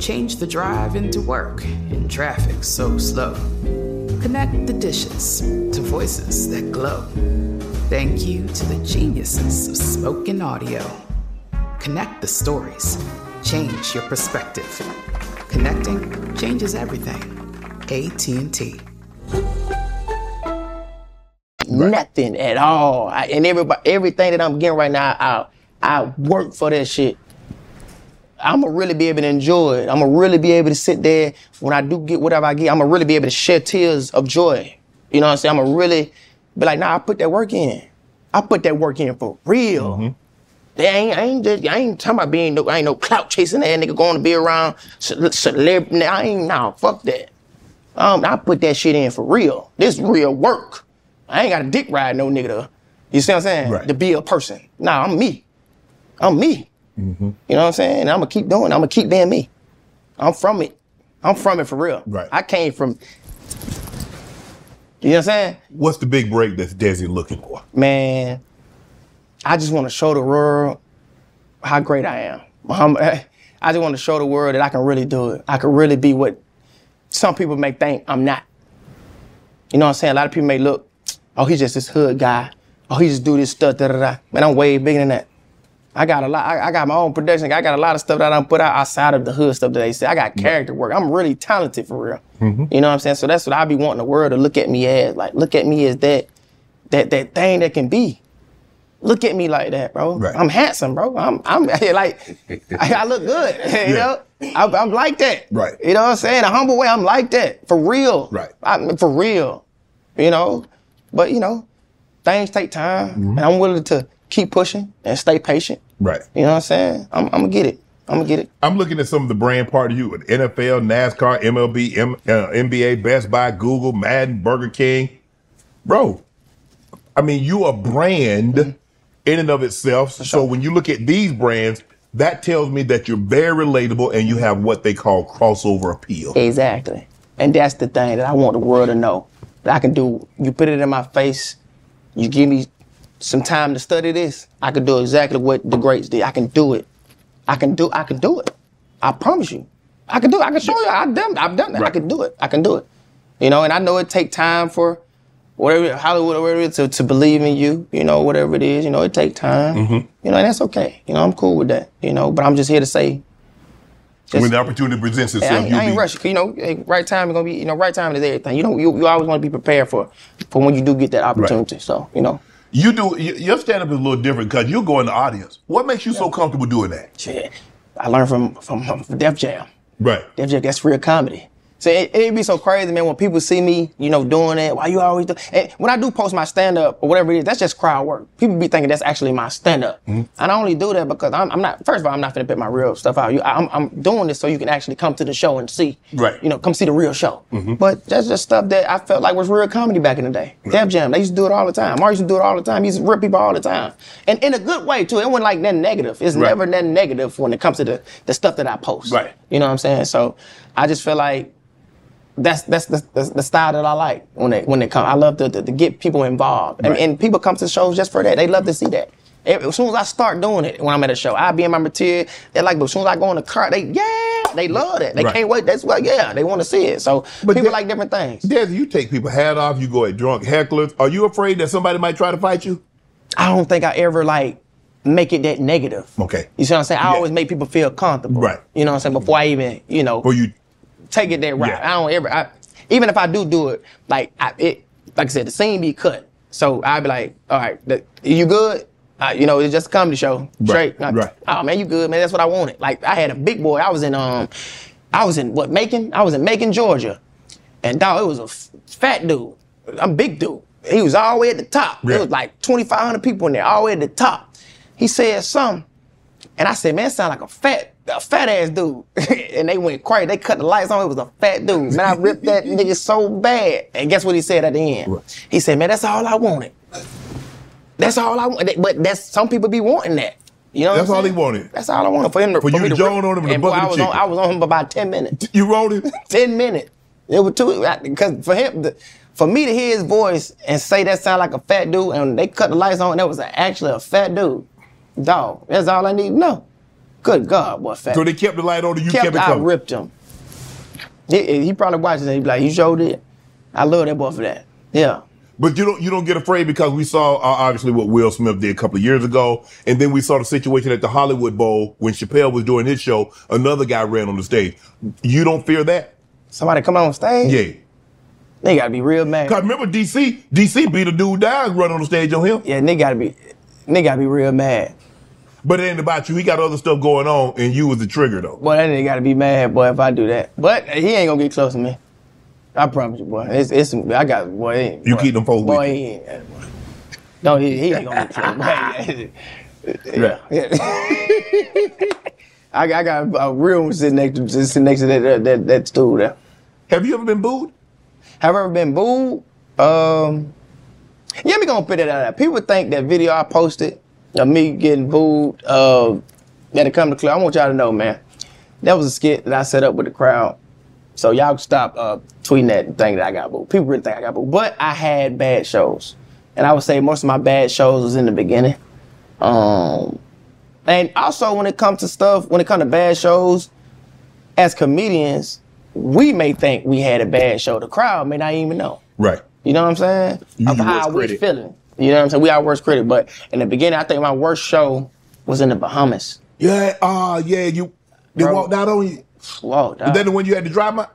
S4: Change the drive into work in traffic so slow. Connect the dishes to voices that glow. Thank you to the geniuses of spoken audio. Connect the stories. Change your perspective. Connecting changes everything. AT&T.
S3: Nothing at all. I, and everybody, everything that I'm getting right now, I I work for that shit. I'ma really be able to enjoy it. I'ma really be able to sit there when I do get whatever I get. I'ma really be able to shed tears of joy. You know what I'm saying? I'ma really be like, nah, I put that work in. I put that work in for real.
S2: Mm-hmm.
S3: They ain't, I ain't just, I ain't talking about being no, I ain't no clout chasing that nigga going to be around ce- celebrity. I ain't, nah, fuck that. Um, I put that shit in for real. This real work. I ain't got a dick ride no nigga to, you see what I'm saying?
S2: Right.
S3: To be a person. Nah, I'm me. I'm me.
S2: Mm-hmm.
S3: You know what I'm saying? I'm gonna keep doing. I'm gonna keep being me. I'm from it. I'm from it for real.
S2: Right.
S3: I came from. You know what I'm saying,
S2: What's the big break that's Desi looking for?
S3: man? I just want to show the world how great I am. I'm- *laughs* I just want to show the world that I can really do it. I can really be what some people may think I'm not. You know what I'm saying? A lot of people may look, oh, he's just this hood guy. Oh, he just do this stuff, da da da. Man, I'm way bigger than that. I got a lot. I, I got my own production. I got a lot of stuff that I don't put out outside of the hood stuff that they say. I got
S2: Mm-hmm.
S3: character work. I'm really talented for real. You know what I'm saying? So that's what I be wanting the world to look at me as. Like, look at me as that, that, that thing that can be. Look at me like that, bro.
S2: Right.
S3: I'm handsome, bro. I'm, I'm *laughs* like, I, I look good. *laughs* You know, I, I'm like that.
S2: Right.
S3: You know what I'm saying? A humble way. I'm like that for real.
S2: Right.
S3: I, for real. You know, but you know, things take time, and I'm willing to keep pushing and stay patient.
S2: Right.
S3: You know what I'm saying? I'm, I'm gonna get it. I'm gonna get it.
S2: I'm looking at some of the brand part of you with NFL, NASCAR, MLB, M, uh, NBA, Best Buy, Google, Madden, Burger King. Bro, I mean, you are brand in and of itself. So when you look at these brands, that tells me that you're very relatable and you have what they call crossover appeal.
S3: Exactly. And that's the thing that I want the world to know that I can do. You put it in my face. You give me some time to study this. I can do exactly what the greats did. I can do it. I can do. I can do it. I promise you. I can do. it. I can show you. I've done. I've done that. I
S2: Right.
S3: can do it. I can do it. You know. And I know it take time for whatever Hollywood or whatever it is to, to believe in you. You know, whatever it is. You know, it take time. You know, and that's okay. You know, I'm cool with that. You know, but I'm just here to say
S2: when the opportunity presents
S3: I
S2: itself,
S3: ain't, I ain't rushing. 'cause, You know, eh, right time is gonna be. You know, right time is everything. You know, you, you always want to be prepared for for when you do get that opportunity. So you know,
S2: you do y- your stand up is a little different because you go in the audience. What makes you so comfortable doing that?
S3: shit. I learned from from, from Def Jam.
S2: Right.
S3: Def Jam, that's real comedy. See, it, it'd be so crazy, man, when people see me, you know, doing it. Why you always do? And when I do post my stand up or whatever it is, that's just crowd work. People be thinking that's actually my stand up.
S2: Mm-hmm.
S3: And I only do that because I'm, I'm not. First of all, I'm not gonna put my real stuff out. You, I'm, I'm doing this so you can actually come to the show and see.
S2: Right. Mm-hmm.
S3: You know, come see the real show. But that's just stuff that I felt like was real comedy back in the day. Def Jam, they used to do it all the time. Mario used to do it all the time. He used to rip people all the time, and in a good way too. It wasn't like nothing negative. It's
S2: Right.
S3: never nothing negative when it comes to the the stuff that I post.
S2: Right.
S3: You know what I'm saying? So I just feel like that's that's the, the, the style that I like when they when they come. I love to, to, to get people involved, and,
S2: Right.
S3: and people come to shows just for that. They love to see that. Every- As soon as I start doing it, when I'm at a show, I be in my material. They're like, but as soon as I go in the car, they yeah, they love it. They
S2: Right.
S3: can't wait. That's what yeah, they want to see it. So
S2: But
S3: people
S2: that-
S3: like different things.
S2: Desi, you take people hat off. You go at drunk hecklers. Are you afraid that somebody might try to fight you?
S3: I don't think I ever like make it that negative.
S2: Okay.
S3: You see what I'm saying? I
S2: Yeah.
S3: always make people feel comfortable.
S2: Right.
S3: You know what I'm saying? Before I even, you know,
S2: Or you?
S3: take it that route.
S2: Yeah.
S3: I don't ever. I, even if I do do it, like I, it, like I said, the scene be cut. So I'd be like, all right, the, you good? Uh, you know, it's just a comedy show. Straight. Like,
S2: right.
S3: Oh man, you good, man. That's what I wanted. Like I had a big boy. I was in um, I was in what Macon? I was in Macon, Georgia, and dog, it was a f- fat dude. I'm big dude. He was all the way at the top.
S2: Yeah.
S3: There was like 2,500 people in there, all the way at the top. He said something. And I said, man, that sound like a fat, a fat ass dude. *laughs* and they went crazy. They cut the lights on. It was a fat dude. Man, I
S2: *laughs*
S3: ripped that nigga so bad. And guess what he said at the end?
S2: What?
S3: He said, man, that's all I wanted. That's all I want. But that's some people be wanting that. You know what
S2: That's
S3: I'm
S2: all
S3: saying?
S2: he wanted.
S3: That's all I wanted for him to
S2: For you
S3: me
S2: to
S3: rip-
S2: joan on him with a
S3: and boy,
S2: bucket
S3: I
S2: of
S3: was on,
S2: chicken.
S3: I was on him for about ten minutes.
S2: You wrote it. *laughs*
S3: ten minutes. It was too because for him, the, for me to hear his voice and say that sound like a fat dude, and they cut the lights on, and that was a- actually a fat dude. Dog, that's all I need to know. Good God, what fat?
S2: So they kept the light on, and you kept,
S3: kept,
S2: it
S3: I
S2: covered.
S3: ripped him. He, he probably watches it. He be like, "You showed it." I love that boy for that. Yeah.
S2: But you don't you don't get afraid because we saw uh, obviously what Will Smith did a couple of years ago, and then we saw the situation at the Hollywood Bowl when Chappelle was doing his show. Another guy ran on the stage. You don't fear that?
S3: Somebody come on stage.
S2: Yeah.
S3: They gotta be real mad.
S2: Cause remember DC DC beat a dude down running on the stage on him,
S3: Yeah, they gotta be. They gotta be real mad.
S2: but it ain't about you. He got other stuff going on, and you was the trigger though.
S3: Boy, that nigga gotta be mad, boy, if I do that. But he ain't gonna get close to me. I promise you, boy. It's, it's I got, boy. it ain't-
S2: You
S3: boy.
S2: keep them folks with
S3: Boy,
S2: you.
S3: he ain't. boy. No, he, he ain't gonna get close. boy. *laughs*
S2: Yeah.
S3: I, got- I got a real one sitting next to, sitting next to that, that, that, that stool there.
S2: Have you ever been booed?
S3: Have I ever been booed? Um, yeah, me gonna put that out there. People think that video I posted of me getting booed, uh, that it come to clear. I want y'all to know, man. That was a skit that I set up with the crowd. So y'all can stop uh, tweeting that and think that I got booed. People really think I got booed. But I had bad shows. And I would say most of my bad shows was in the beginning. Um, and also when it comes to stuff, when it comes to bad shows, as comedians, we may think we had a bad show. The crowd may not even know.
S2: Right.
S3: You know what I'm saying?
S2: You
S3: of
S2: your
S3: how I
S2: worst
S3: was
S2: critic.
S3: feeling. You know what I'm saying? We our worst critic. But in the beginning, I think my worst show was in the Bahamas.
S2: Yeah. Ah. yeah. You. They
S3: Bro.
S2: walked out on you.
S3: Whoa,
S2: Is
S3: dog.
S2: that the one you had to drive my?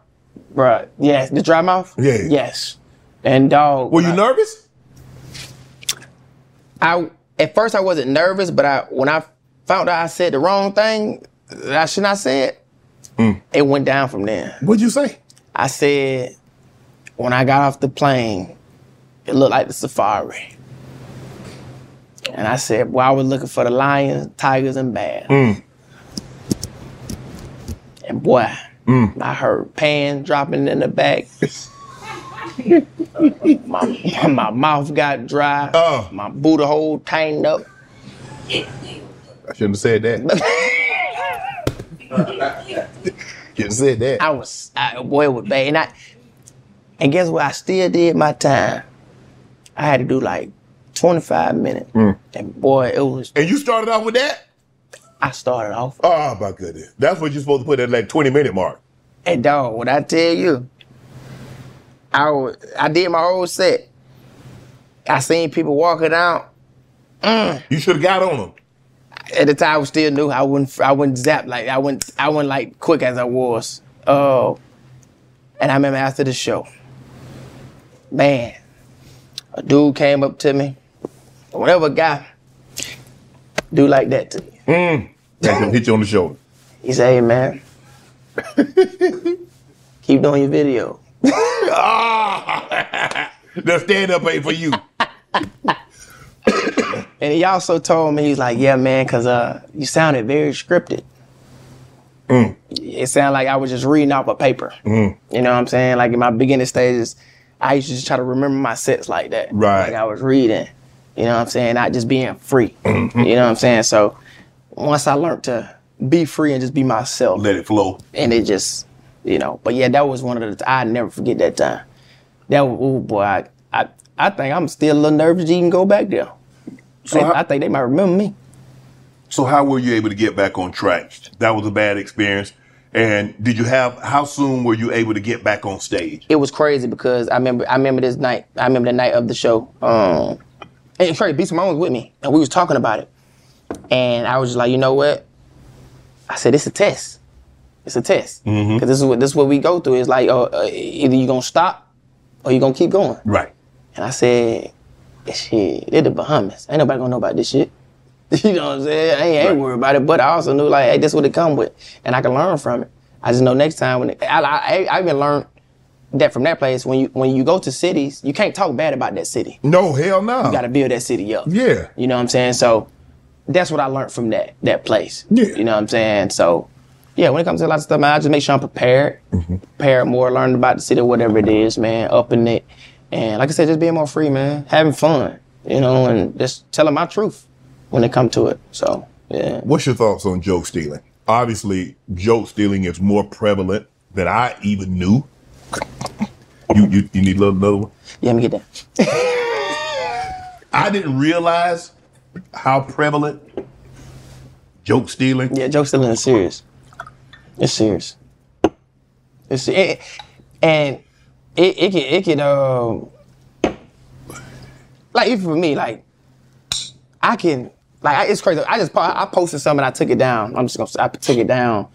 S3: Bruh. Yes, the dry mouth?
S2: Yeah.
S3: Yes. And dog.
S2: Were you
S3: I-
S2: nervous?
S3: I at first I wasn't nervous, but I when I found out I said the wrong thing that I should not say it,
S2: Mm.
S3: it went down from there.
S2: What'd you say?
S3: I said, when I got off the plane, it looked like the safari. And I said, well, I was looking for the lions, tigers, and bears. And boy, I heard pan dropping in the back. my, my mouth got dry.
S2: Oh.
S3: My booty hole tightened up.
S2: I shouldn't have said that. *laughs* Shouldn't have said that.
S3: I was I, boy it was bad, and I and guess what? I still did my time. I had to do like 25 minutes, and boy, it was.
S2: and you started off with that.
S3: I started off,
S2: Oh my goodness. That's what you're supposed to put at like 20 minute mark.
S3: and dog, what I tell you, I was, I did my whole set. I seen people walking out.
S2: You should have got on them.
S3: At the time, I was still new. I wouldn't I wouldn't zap like I wouldn't I wouldn't like quick as I was. Oh, and I remember after the show, man, a dude came up to me. whatever guy do like that to me.
S2: That's gonna hit you on the shoulder.
S3: He said, hey man, *laughs* Keep doing your video.
S2: Ah, the stand up ain't for you.
S3: And he also told me, he's like, yeah, man, because uh, you sounded very scripted. It sounded like I was just reading off a paper. You know what I'm saying? Like in my beginning stages, I used to just try to remember my sets like that.
S2: Right.
S3: Like I was reading. You know what I'm saying? Not just being free. You know what I'm saying? So once I learned to be free and just be myself,
S2: Let it flow.
S3: and it just, you know. But yeah, that was one of the. I never forget that time. That was, oh boy, I, I I think I'm still a little nervous to even go back there.
S2: So
S3: They-
S2: how-
S3: I think they might remember me.
S2: So how were you able to get back on track? That was a bad experience. And did you have how soon were you able to get back on stage?
S3: It was crazy because I remember I remember this night. I remember the night of the show. Um, and it's crazy. B. Simone was with me, and we was talking about it. And I was just like, you know what? I said, it's a test. It's a test because this is what this is what we go through. It's like, oh, uh, either you gonna stop or you gonna keep going.
S2: Right.
S3: And I said, shit, they're the Bahamas. Ain't nobody gonna know about this shit. *laughs* You know what I'm saying? I ain't, I ain't worried about it, but I also knew like, hey, this what it come with, and I can learn from it. I just know next time when it, I, I I even learned that from that place when you when you go to cities, you can't talk bad about that city. You
S2: No, hell no.
S5: Mm.
S3: gotta build that city up.
S2: Yeah.
S3: You know what I'm saying? So that's what I learned from that that place.
S2: Yeah.
S3: You know what I'm saying? So yeah, when it comes to a lot of stuff, man, I just make sure I'm prepared, prepared more, learn about the city, whatever it is, man, upping it, and like I said, just being more free, man, having fun, you know, and just telling my truth when it come to it. So yeah,
S2: What's your thoughts on joke stealing? Obviously, joke stealing is more prevalent than I even knew. you, you you need another another one?
S3: yeah, let me get that.
S2: I didn't realize how prevalent joke stealing.
S3: Yeah, joke stealing is serious. It's serious. It's it, and it it can it can um like even for me like I can like I, it's crazy. I just po- I posted something and I took it down. I'm just gonna say I took it down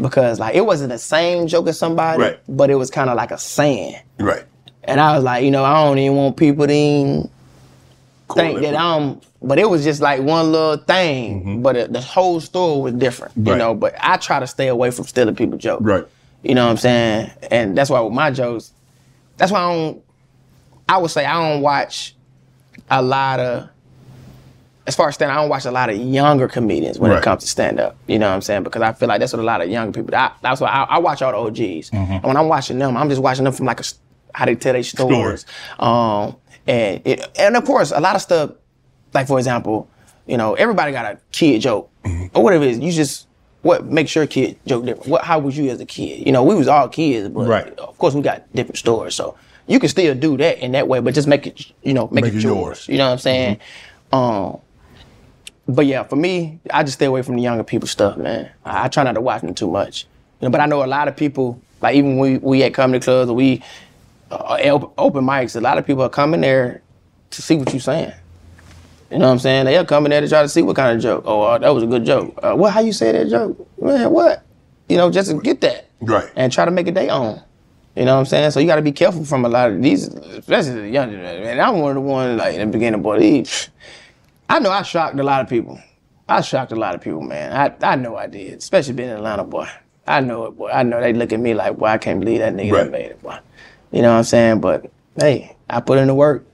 S3: because like it wasn't the same joke as somebody,
S2: Right.
S3: but it was kind of like a saying.
S2: Right.
S3: And I was like, you know, I don't even want people to even think
S2: Correlate
S3: that I'm. But it was just like one little thing. But it, the whole story was different, you
S2: Right.
S3: know. But I try to stay away from stealing people's jokes.
S2: Right.
S3: You know what I'm saying? And that's why with my jokes, that's why I don't. I would say I don't watch a lot of. As far as stand, I don't watch a lot of younger comedians when
S2: Right.
S3: it comes to stand up. You know what I'm saying? Because I feel like that's what a lot of younger people. I, that's why I, I watch all the OGs. And when I'm watching them, I'm just watching them from like a, s- how they tell their stories. Um, and it, and of course, a lot of stuff. Like for example, you know, everybody got a kid joke or whatever it is. You just what makes your kid joke different? What how was you as a kid? You know, we was all kids, but
S2: Right.
S3: of course we got different stories. So you can still do that in that way, but just make it you know make, it, yours. You know what I'm saying? Um, but yeah, for me, I just stay away from the younger people stuff, man. I, I try not to watch them too much. You know, but I know a lot of people, like even we we at comedy clubs or we uh, op- open mics, a lot of people are coming there to see what you're saying. You know what I'm saying? They're coming there to try to see what kind of joke. Oh, uh, that was a good joke. Uh, what? How you say that joke? Man, what? You know, just to get that
S2: Right.
S3: and try to make it their own. You know what I'm saying? So you got to be careful from a lot of these, especially the younger. And I'm one of the ones like in the beginning, boy. These, I know I shocked a lot of people. I shocked a lot of people, man. I, I know I did, especially being in Atlanta, boy. I know it, boy. I know they look at me like, boy, I can't believe that nigga
S2: Right.
S3: that made it, boy. You know what I'm saying? But hey, I put in the work.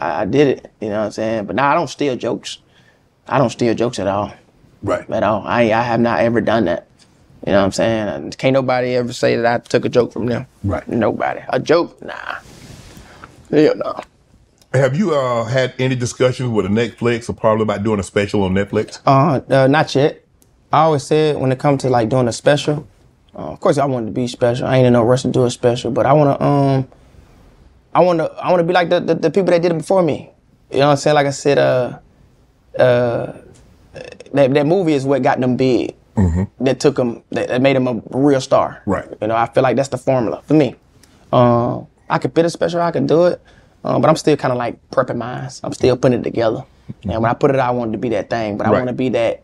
S3: I, I did it. You know what I'm saying? But now I don't steal jokes. I don't steal jokes at all
S2: Right.
S3: at all. I I have not ever done that. You know what I'm saying? And can't nobody ever say that I took a joke from them.
S2: Right.
S3: Nobody. A joke? Nah. Hell no.
S2: Have you uh, had any discussions with Netflix or probably about doing a special on Netflix?
S3: Uh, uh, not yet. I always said when it comes to like doing a special, uh, of course I wanted to be special. I ain't in no rush to do a special, but I wanna um, I wanna I wanna be like the, the, the people that did it before me. You know what I'm saying? Like I said, uh, uh, that that movie is what got them big. That took them, that, that made them a real star.
S2: Mm-hmm. Right.
S3: You know, I feel like that's the formula for me. Um, I could fit a special, I could do it, um, but I'm still kind of like prepping mine. I'm still putting it together. And when I put it out, I want it to be that thing, but I
S2: Right.
S3: want to be that.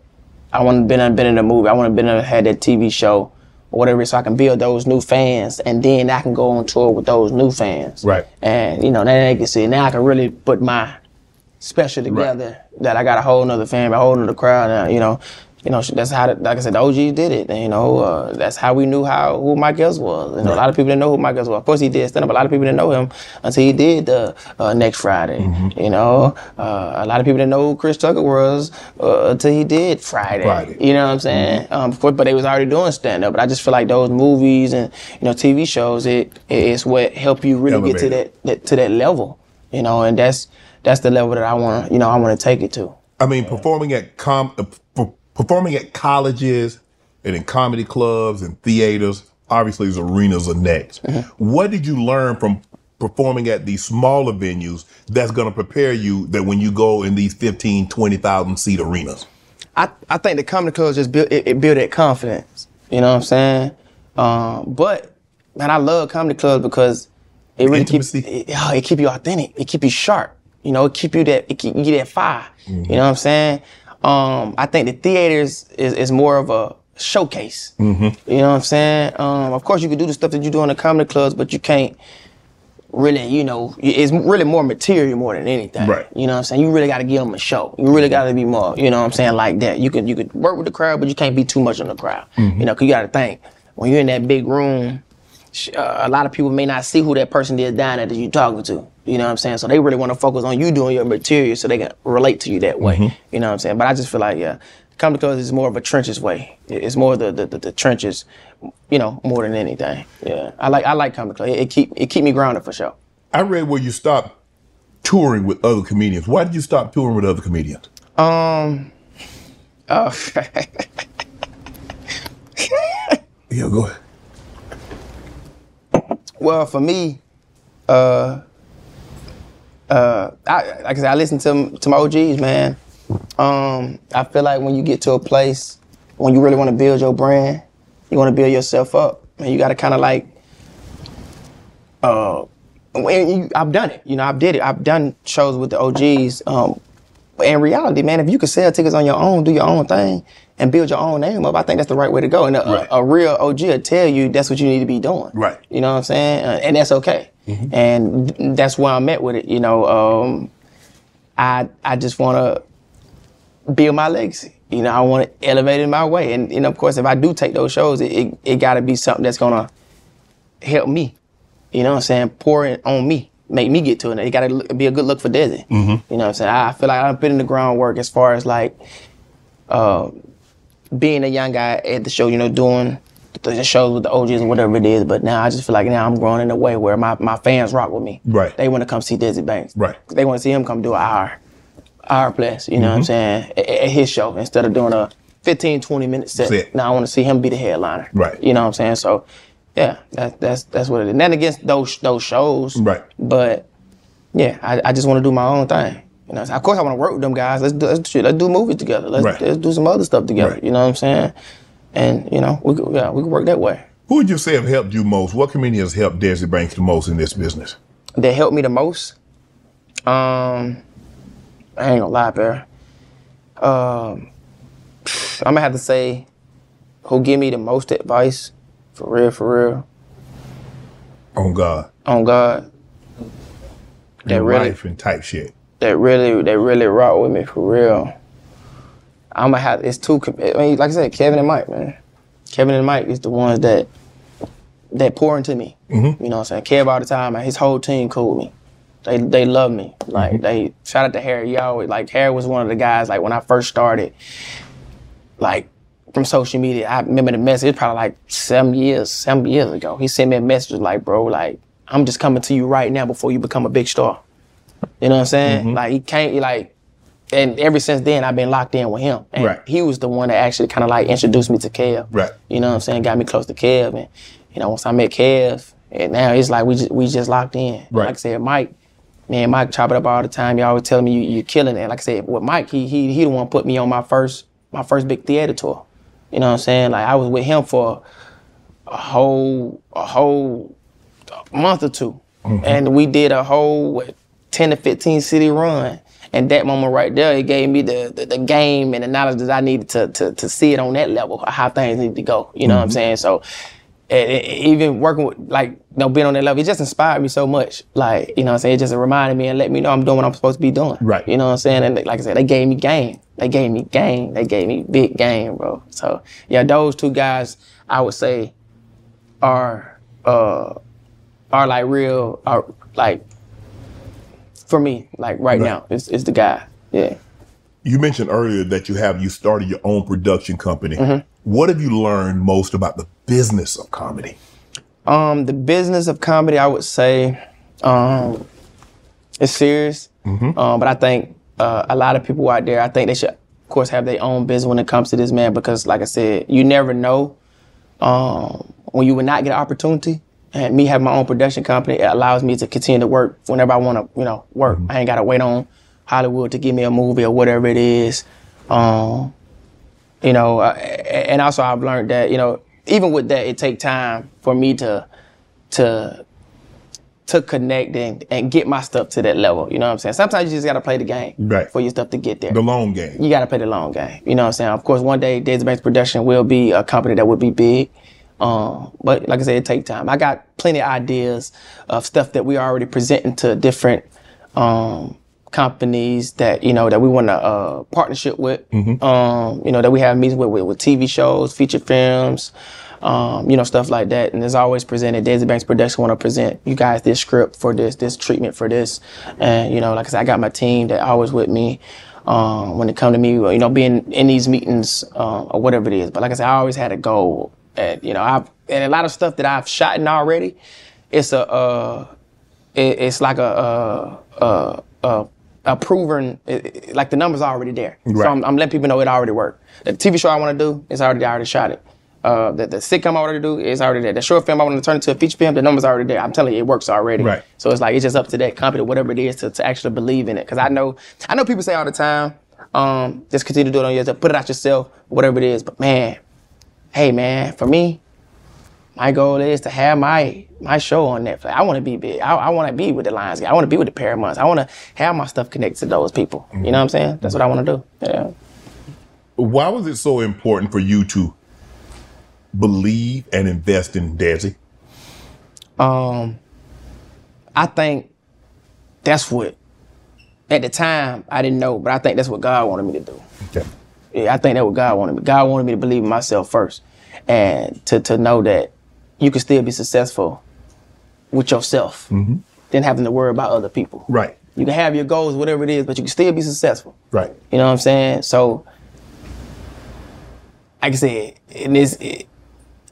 S3: I want to been in- been in a movie. I want to been in, had that TV show or whatever, so I can build those new fans, and then I can go on tour with those new fans.
S2: Right.
S3: And you know, now they can see. Now I can really put my special together that I got a whole nother fan, a whole nother crowd now, you know. you know, sh- that's how, the, like I said, the OGs did it. And, you know, uh, that's how we knew how who Mike Epps was. You know, a lot of people didn't know who Mike Epps was. Of course, he did stand up. A lot of people didn't know him until he did the uh, next Friday. You know, uh, a lot of people didn't know who Chris Tucker was uh, until he did Friday.
S2: Friday.
S3: You know what I'm saying? Um, of course, but they was already doing stand up. But I just feel like those movies and you know TV shows, it, it it's what help you really get to
S2: Elevate
S3: that, that to that level. You know, and that's that's the level that I want. to You know, I want to take it to.
S2: I mean, performing at com uh, p- performing at colleges and in comedy clubs and theaters, obviously, these arenas are next. What did you learn from performing at these smaller venues that's going to prepare you that when you go in these 15, 20,000 seat arenas?
S3: I, I think the comedy clubs just build it, it build that confidence. You know what I'm saying? Um, but man, I love comedy clubs because it really keeps
S2: Intimacy.
S3: it, oh, it keep you authentic. It keep you sharp. You know, it keep you that it keep you that fire. You know what I'm saying? Um, I think the theaters is, is more of a showcase.
S2: Mm-hmm.
S3: You know what I'm saying? Um, of course, you can do the stuff that you do in the comedy clubs, but you can't really, you know, it's really more material more than anything.
S2: Right.
S3: You know what I'm saying? You really got to give them a show. You really got to be more, you know what I'm saying, like that. You could you could work with the crowd, but you can't be too much on the crowd. You know, 'cause you got to think when you're in that big room, sh- uh, a lot of people may not see who that person is down there that you talking to. You know what I'm saying? So they really want to focus on you doing your material so they can relate to you that way. You know what I'm saying? But I just feel like yeah, comedy clubs is more of a trenches way. It- It's more the the, the, the trenches, you know, more than anything. Yeah, I like I like comedy clubs. It, it keep it keep me grounded for sure. *laughs*
S2: I read where you stopped touring with other comedians. Why did you stop touring with other comedians?
S3: Um. Oh,
S2: Yeah, go ahead.
S3: well, for me, uh, uh, I, like I said, I listen to to my OGs, man. Um, I feel like when you get to a place when you really want to build your brand, you want to build yourself up, and you got to kind of like, uh, when you, I've done it. You know, I've did it. I've done shows with the OGs. Um, But in reality, man, if you could sell tickets on your own, do your own thing, and build your own name up, I think that's the right way to go. And a, a-
S2: Right.
S3: a, real OG will tell you that's what you need to be doing.
S2: Right.
S3: You know what I'm saying? Uh, And that's okay. And th- that's where I'm at with it. You know, um, I I just want to build my legacy. You know, I want to elevate it my way. And, and of course, if I do take those shows, it, it, it got to be something that's going to help me. You know what I'm saying? Pour it on me. Make me get to it. It got to be a good look for Desi.
S2: Mm-hmm.
S3: You know what I'm saying? I I feel like I've been in the groundwork as far as like uh, being a young guy at the show, you know, doing the the shows with the OGs and whatever it is. But now I just feel like now I'm growing in a way where my, my fans rock with me.
S2: Right.
S3: They want to come see Desi Banks.
S2: Right.
S3: They want to see him come do an hour our place, you know what I'm
S2: Mm-hmm.
S3: saying, at, at his show instead of doing a 15, 20 minute set.
S2: That's it.
S3: Now I want to see him be the headliner.
S2: Right.
S3: You know what I'm saying? So, yeah, that, that's that's what it is. Nothing against those those shows.
S2: Right.
S3: But, yeah, I, I just want to do my own thing. You know, of course I want to work with them guys. Let's do, let's, do- let's do movies together. Let's,
S2: Right.
S3: let's do some other stuff together.
S2: Right.
S3: You know what I'm saying? And you know, we could- yeah, we can work that way.
S2: Who would you say have helped you most? What comedian has helped Desi Banks the most in this business?
S3: that helped me the most. Um, I ain't gonna lie, bro. Um, *sighs* I'm gonna have to say who give me the most advice, for real, for real,
S2: On God.
S3: on God. That
S2: Your
S3: really,
S2: life and type shit.
S3: that really, that really rock with me, for real. I'm gonna have it's two. com- I mean, like I said, Kevin and Mike, man. Kevin and Mike is the ones that that pour into me. You know what I'm saying? Kev all the time, man. His whole team cool with me. They they love me. Like they shout out to Harry. He always like Harry was one of the guys. Like when I first started, like from social media, I remember the message. It was probably like seven years, seven years ago. He sent me a message like, "Bro, like I'm just coming to you right now before you become a big star." You know what I'm saying?
S2: Mm-hmm.
S3: Like he can't he, like. And ever since then, I've been locked in with him. And
S2: Right.
S3: he was the one that actually kind of like introduced me to Kev.
S2: Right.
S3: You know what I'm saying? Got me close to Kev, and you know once I met Kev, and now it's like we just, we just locked in.
S2: Right.
S3: Like I said, Mike, man, Mike chop it up all the time. Y'all always tell me you you killing it. Like I said, with Mike, he he he the one put me on my first my first big theater tour. You know what I'm saying? Like I was with him for a whole a whole month or 2 and we did a whole what, ten to fifteen city run. And that moment right there, it gave me the, the the game and the knowledge that I needed to to to see it on that level, how things need to go. You know what I'm saying? So. And it- it- even working with like you know being on that level, it just inspired me so much. Like you know, what I'm saying it just reminded me and let me know I'm doing what I'm supposed to be doing.
S2: Right.
S3: You know what I'm saying? And like I said, they gave me game. They gave me game. They gave me big game, bro. So yeah, those two guys, I would say, are uh, are like real, are like for me, like right, now, it's, it's the guy. Yeah.
S2: You mentioned earlier that you have you started your own production company.
S6: Mm-hmm.
S2: What have you learned most about the business of comedy?
S3: Um, the business of comedy, I would say, um, is serious. Um, but I think uh, a lot of people out there, I think they should, of course, have their own business when it comes to this man because, like I said, you never know um, when you would not get an opportunity. And me having my own production company, it allows me to continue to work whenever I want to, you know, work. I ain't gotta wait on Hollywood to give me a movie or whatever it is. Um, you know, uh, and also I've learned that, you know, even with that, it take time for me to to to connect and, and get my stuff to that level. You know what I'm saying? Sometimes you just gotta play the game
S2: Right.
S3: for your stuff to get there
S2: The long game.
S3: you got to play the long game. You know what I'm saying? Of course, one day Daisy Banks Production will be a company that will be big. Um, but like I said, it take time. I got plenty of ideas of stuff that we are already presenting to different um, companies that you know that we want to uh, partnership with. Um, you know that we have meetings with, with with TV shows, feature films, um, you know stuff like that. And it's always presented. Daisy Banks Production want to present you guys this script for this, this treatment for this, and you know like I said, I got my team that always with me um, when it come to me, you know, being in these meetings uh, or whatever it is. But like I said, I always had a goal, and you know, I've and a lot of stuff that I've shot in already. It's a, uh, it, it's like a, a, a, a, a proven, it, it- like the numbers are already there. So
S2: Right.
S3: I'm, I'm letting people know it already worked. The TV show I want to do, it's already I already shot it. Uh, the, the sitcom I want to do is already there. The short film I want to turn into a feature film, the numbers are already there. I'm telling you, it works already.
S2: Right.
S3: So it's like it's just up to that company, whatever it is, to, to actually believe in it. Because I know, I know people say all the time, um, just continue to do it on yourself, put it out yourself, whatever it is. But man, hey man, for me, my goal is to have my my show on Netflix. I want to be big. I, I want to be with the Lions. I want to be with the Paramounts. I want to have my stuff connected to those people. You know what I'm saying? That's what I want to do. Yeah.
S2: Why was it so important for you to believe and invest in Desi?
S3: um, I think that's what at the time I didn't know, but I think that's what God wanted me to do.
S2: Okay.
S3: Yeah, I think that's what God wanted me. God wanted me to believe in myself first, and to to know that you can still be successful with yourself, than having to worry about other people.
S2: Right.
S3: You can have your goals, whatever it is, but you can still be successful.
S2: Right.
S3: You know what I'm saying? So, like I said, in this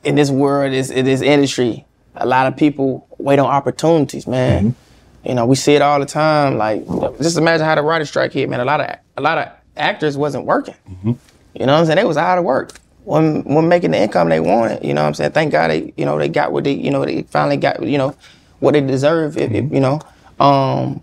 S3: in this world, this in this industry, a lot of people wait on opportunities, man. You know, we see it all the time. Like, just imagine how the writer strike hit, man. A lot of a lot of actors wasn't working. You know what I'm saying? They was out of work. When when making the income they wanted, you know what I'm saying? Thank God they, you know, they got what they, you know, they finally got, you know, what they deserve, if, if, you know. Um,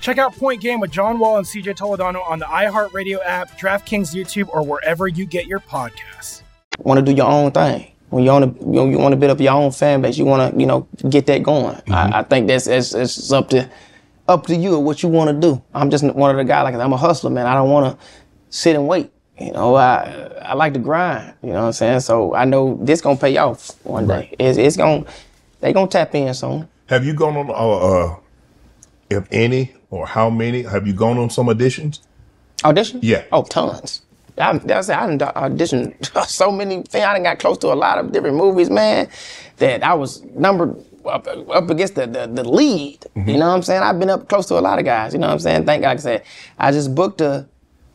S7: Check out Point Game with John Wall and CJ Toledano on the iHeartRadio app, DraftKings YouTube, or wherever you get your podcasts.
S3: want to do your own thing. When you want to, you, you want to build up your own fan base. You want to, you know, get that going. I, I think that's, that's that's up to up to you and what you want to do. I'm just one of the guys. Like I'm a hustler, man. I don't want to sit and wait. You know, I I like to grind. You know what I'm saying? So I know this gonna pay off one day. It's, it's gonna they gonna tap in soon.
S2: Have you gone on, uh, uh, if any or how many, have you gone on some auditions?
S3: Audition?
S2: Yeah.
S3: Oh, tons. I, that's it. I done auditioned *laughs* so many things. I done got close to a lot of different movies, man, that I was numbered up, up against the, the, the lead. You know what I'm saying? I've been up close to a lot of guys. You know what I'm saying? Thank God. Like I said, I just booked a,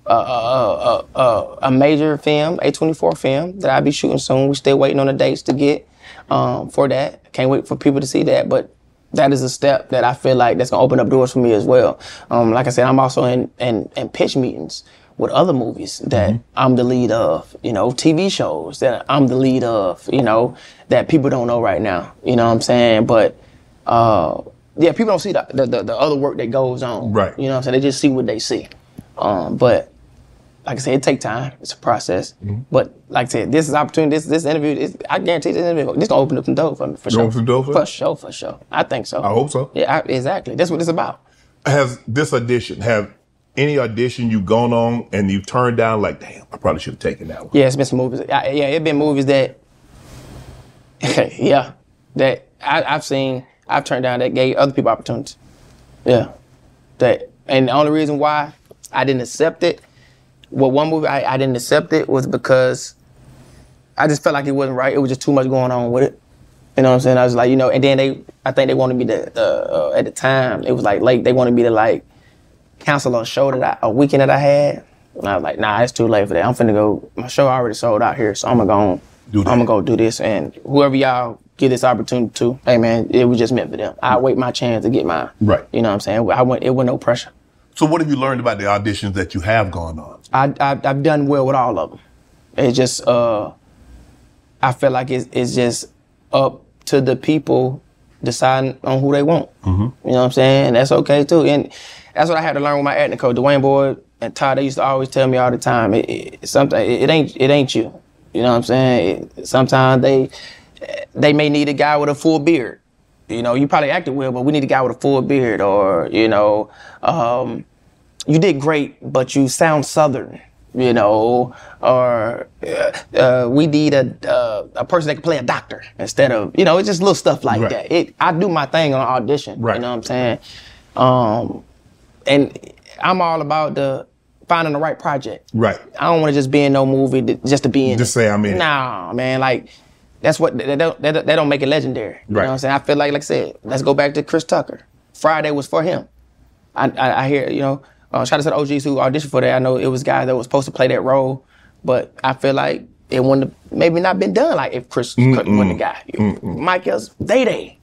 S3: a, a, a, a, a major film, A24 film, that I'll be shooting soon. We're still waiting on the dates to get um, for that. Can't wait for people to see that. But that is a step that I feel like that's gonna open up doors for me as well. Um, like I said, I'm also in, in in pitch meetings with other movies that
S2: Mm-hmm.
S3: I'm the lead of, you know, TV shows that I'm the lead of, you know, that people don't know right now. You know what I'm saying? But uh, yeah, people don't see the, the, the, the other work that goes on. Right. You know what I'm saying? They just see what they see. Um, but like I said, it take time. It's a process.
S2: Mm-hmm.
S3: But like I said, this is opportunity. This this interview, this, I guarantee this interview, this gonna open up some doors for, for
S2: Gonna
S3: sure.
S2: open some doors for
S3: for
S2: you?
S3: sure, for sure. I think so.
S2: I hope so.
S3: Yeah, I, exactly. That's what it's about.
S2: Has this audition, have any audition you've gone on and you've turned down, like, damn, I probably should have taken that one?
S3: Yeah, it's been some movies. I, yeah, it's been movies that, yeah, that I, I've seen. I've turned down that gave other people opportunities. Yeah, that and the only reason why I didn't accept it, well, one movie I, I didn't accept it was because I just felt like it wasn't right. It was just too much going on with it. You know what I'm saying? I was like, you know, and then they, I think they wanted me to, uh, uh, at the time, it was like late. They wanted me to like cancel a show that I, a weekend that I had. And I was like, nah, it's too late for that. I'm finna go. My show already sold out here, so I'm gonna go. On, I'm gonna go do this, and whoever y'all give this opportunity to, hey man, it was just meant for them. I wait my chance to get mine. Right. You know what I'm saying? I went. It was no pressure.
S2: So, what have you learned about the auditions that you have gone on?
S3: I, I I've done well with all of them. It's just uh, I feel like it's it's just up to the people deciding on who they want. You know what I'm saying? And that's okay too. And that's what I had to learn with my acting coach, Dwayne Boyd and Todd. They used to always tell me all the time, it, it, it's something it, it ain't it ain't you. You know what I'm saying? It- sometimes they they may need a guy with a full beard. You know, you probably acted well, but we need a guy with a full beard, or you know, um, you did great, but you sound southern. You know, or uh, uh, we need a uh, a person that can play a doctor instead of you know, it's just little stuff like
S8: Right.
S3: that. It I do my thing on audition. You know what I'm saying? Um, and I'm all about the finding the right project.
S2: Right.
S3: I don't want to just be in no movie to, just to be in. Just
S2: say I'm in it.
S3: Nah, man. Like that's what that don't that, don't- that don't make it legendary. You know
S2: Right.
S3: what I'm saying? I feel like like I said, let's go back to Chris Tucker. Friday was for him. I I, I hear you know. Uh, shout out to the OGs who auditioned for that. I know it was guys that was supposed to play that role, but I feel like it wouldn't have maybe not been done. Like if Chris couldn't win the guy, Mike else Day Day.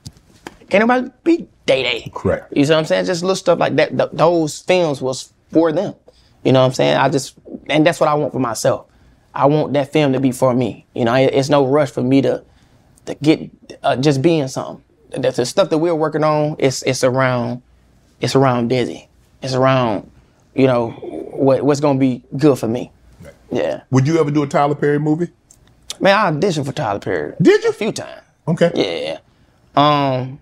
S3: Can't nobody beat Day Day.
S2: Correct.
S3: You see what I'm saying? Just little stuff like that. Th- those films was for them. You know what I'm saying? I just, and that's what I want for myself. I want that film to be for me. You know, it- it's no rush for me to, to get, uh, just being something. The, the stuff that we're working on, it's, it's around, it's around busy. It's around, you know, what, what's going to be good for me. Yeah.
S2: Would you ever do a Tyler Perry movie?
S3: Man, I auditioned for Tyler Perry.
S2: Did you? A
S3: few times.
S2: Okay.
S3: Yeah. Um,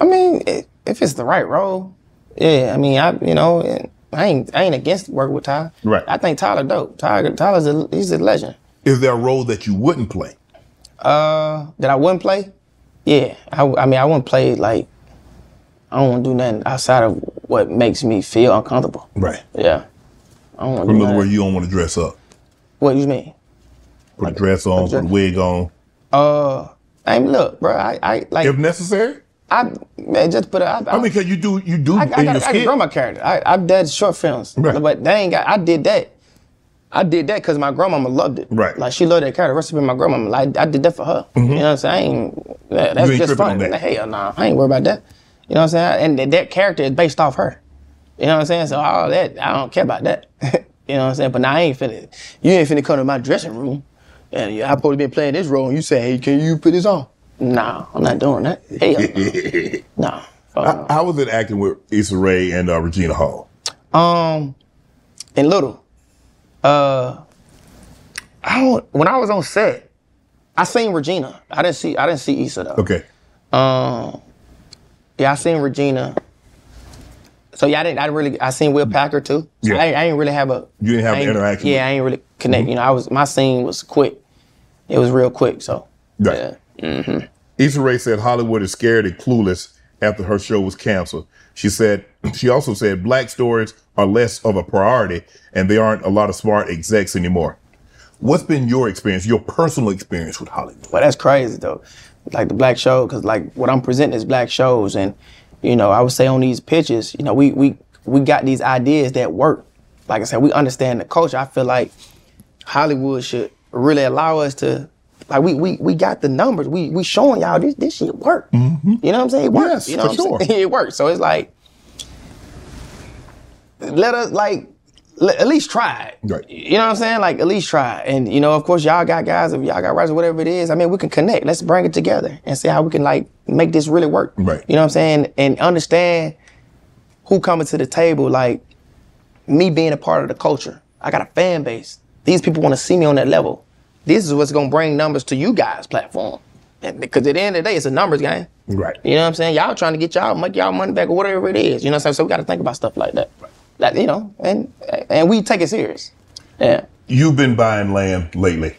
S3: I mean, i- if it's the right role, yeah. I mean, I you know, I ain't I ain't against working with Tyler.
S2: Right.
S3: I think Tyler dope. Tyler Tyler's a, he's a legend.
S2: Is there a role that you wouldn't play?
S3: Uh, that I wouldn't play. Yeah. I, w- I mean, I wouldn't play like I don't want to do nothing outside of what makes me feel uncomfortable.
S2: Right.
S3: Yeah. I don't want to
S2: In other
S3: do nothing.
S2: words, you don't want to dress up.
S3: What you mean?
S2: Put a dress on, put a wig on.
S3: Uh, I mean, look, bro. I, I like
S2: if necessary.
S3: I man, just put it. I, I mean,
S2: cause you do, you do.
S3: I, I,
S2: in
S3: gotta,
S2: your
S3: I gotta
S2: skit.
S3: grow my character. I, I've done short films,
S2: Right.
S3: but they ain't got. I did that. I did that because my grandmama loved it. Right. Like she loved that character. Recipe my grandmama. Like I did that for her. You know what I'm saying? I ain't, that- that's
S8: You ain't
S3: just
S8: tripping
S3: fun.
S8: on that.
S3: Hell nah, I ain't worried about that. You know what I'm saying? And that, that character is based off her. You know what I'm saying? So all that, I don't care about that. *laughs* you know what I'm saying? But now I ain't finna. You ain't finna come to my dressing room, and I probably been playing this role, and you say, "Hey, can you put this on?" No, I'm not doing that. Hell *laughs* no.
S2: How, how was it acting with Issa Rae and uh, Regina Hall?
S3: Um, and little, uh, I don't. When I was on set, I seen Regina. I didn't see. I didn't see Issa though.
S2: Okay.
S3: Um, yeah, I seen Regina. So yeah, I didn't. I didn't really. I seen Will Packer too. So
S2: Yeah.
S3: I, I didn't really have a.
S2: You didn't have
S3: I
S2: an
S3: ain't-
S2: interaction Mm-hmm.
S3: Yeah, I ain't really connect. You know, I was my scene was quick. It was real quick. So
S2: Right. Mm-hmm. Issa Rae said Hollywood is scared and clueless after her show was canceled. She said *clears throat* she also said black stories are less of a priority and there aren't a lot of smart execs anymore. What's been your experience, your personal experience with Hollywood?
S3: Well, that's crazy though. Like the black show, because like what I'm presenting is black shows, and you know, I would say on these pitches, you know, we we we got these ideas that work. Like I said, we understand the culture. I feel like Hollywood should really allow us to. Like we we we got the numbers. We we showing y'all this this shit work. You know what I'm saying? It works.
S8: Mm-hmm. Yes,
S3: you know
S8: for
S3: what I'm saying? *laughs* It works. So it's like let us like le- at least try it. You know what I'm saying? Like at least try. it. And you know, of course, y'all got guys. If y'all got writers, whatever it is, I mean, we can connect. Let's bring it together and see how we can like make this really work. Right. You know what I'm saying? And understand who coming to the table. Like me being a part of the culture. I got a fan base. These people want to see me on that level. This is what's gonna bring numbers to you guys' platform. And- Because at the end of the day, it's a numbers game.
S2: Right.
S3: You know what I'm saying? Y'all trying to get y'all make y'all money back or whatever it is. You know what I'm saying? So we got to think about stuff like that. That you know, and and we take it serious. Yeah.
S2: You've been buying land lately.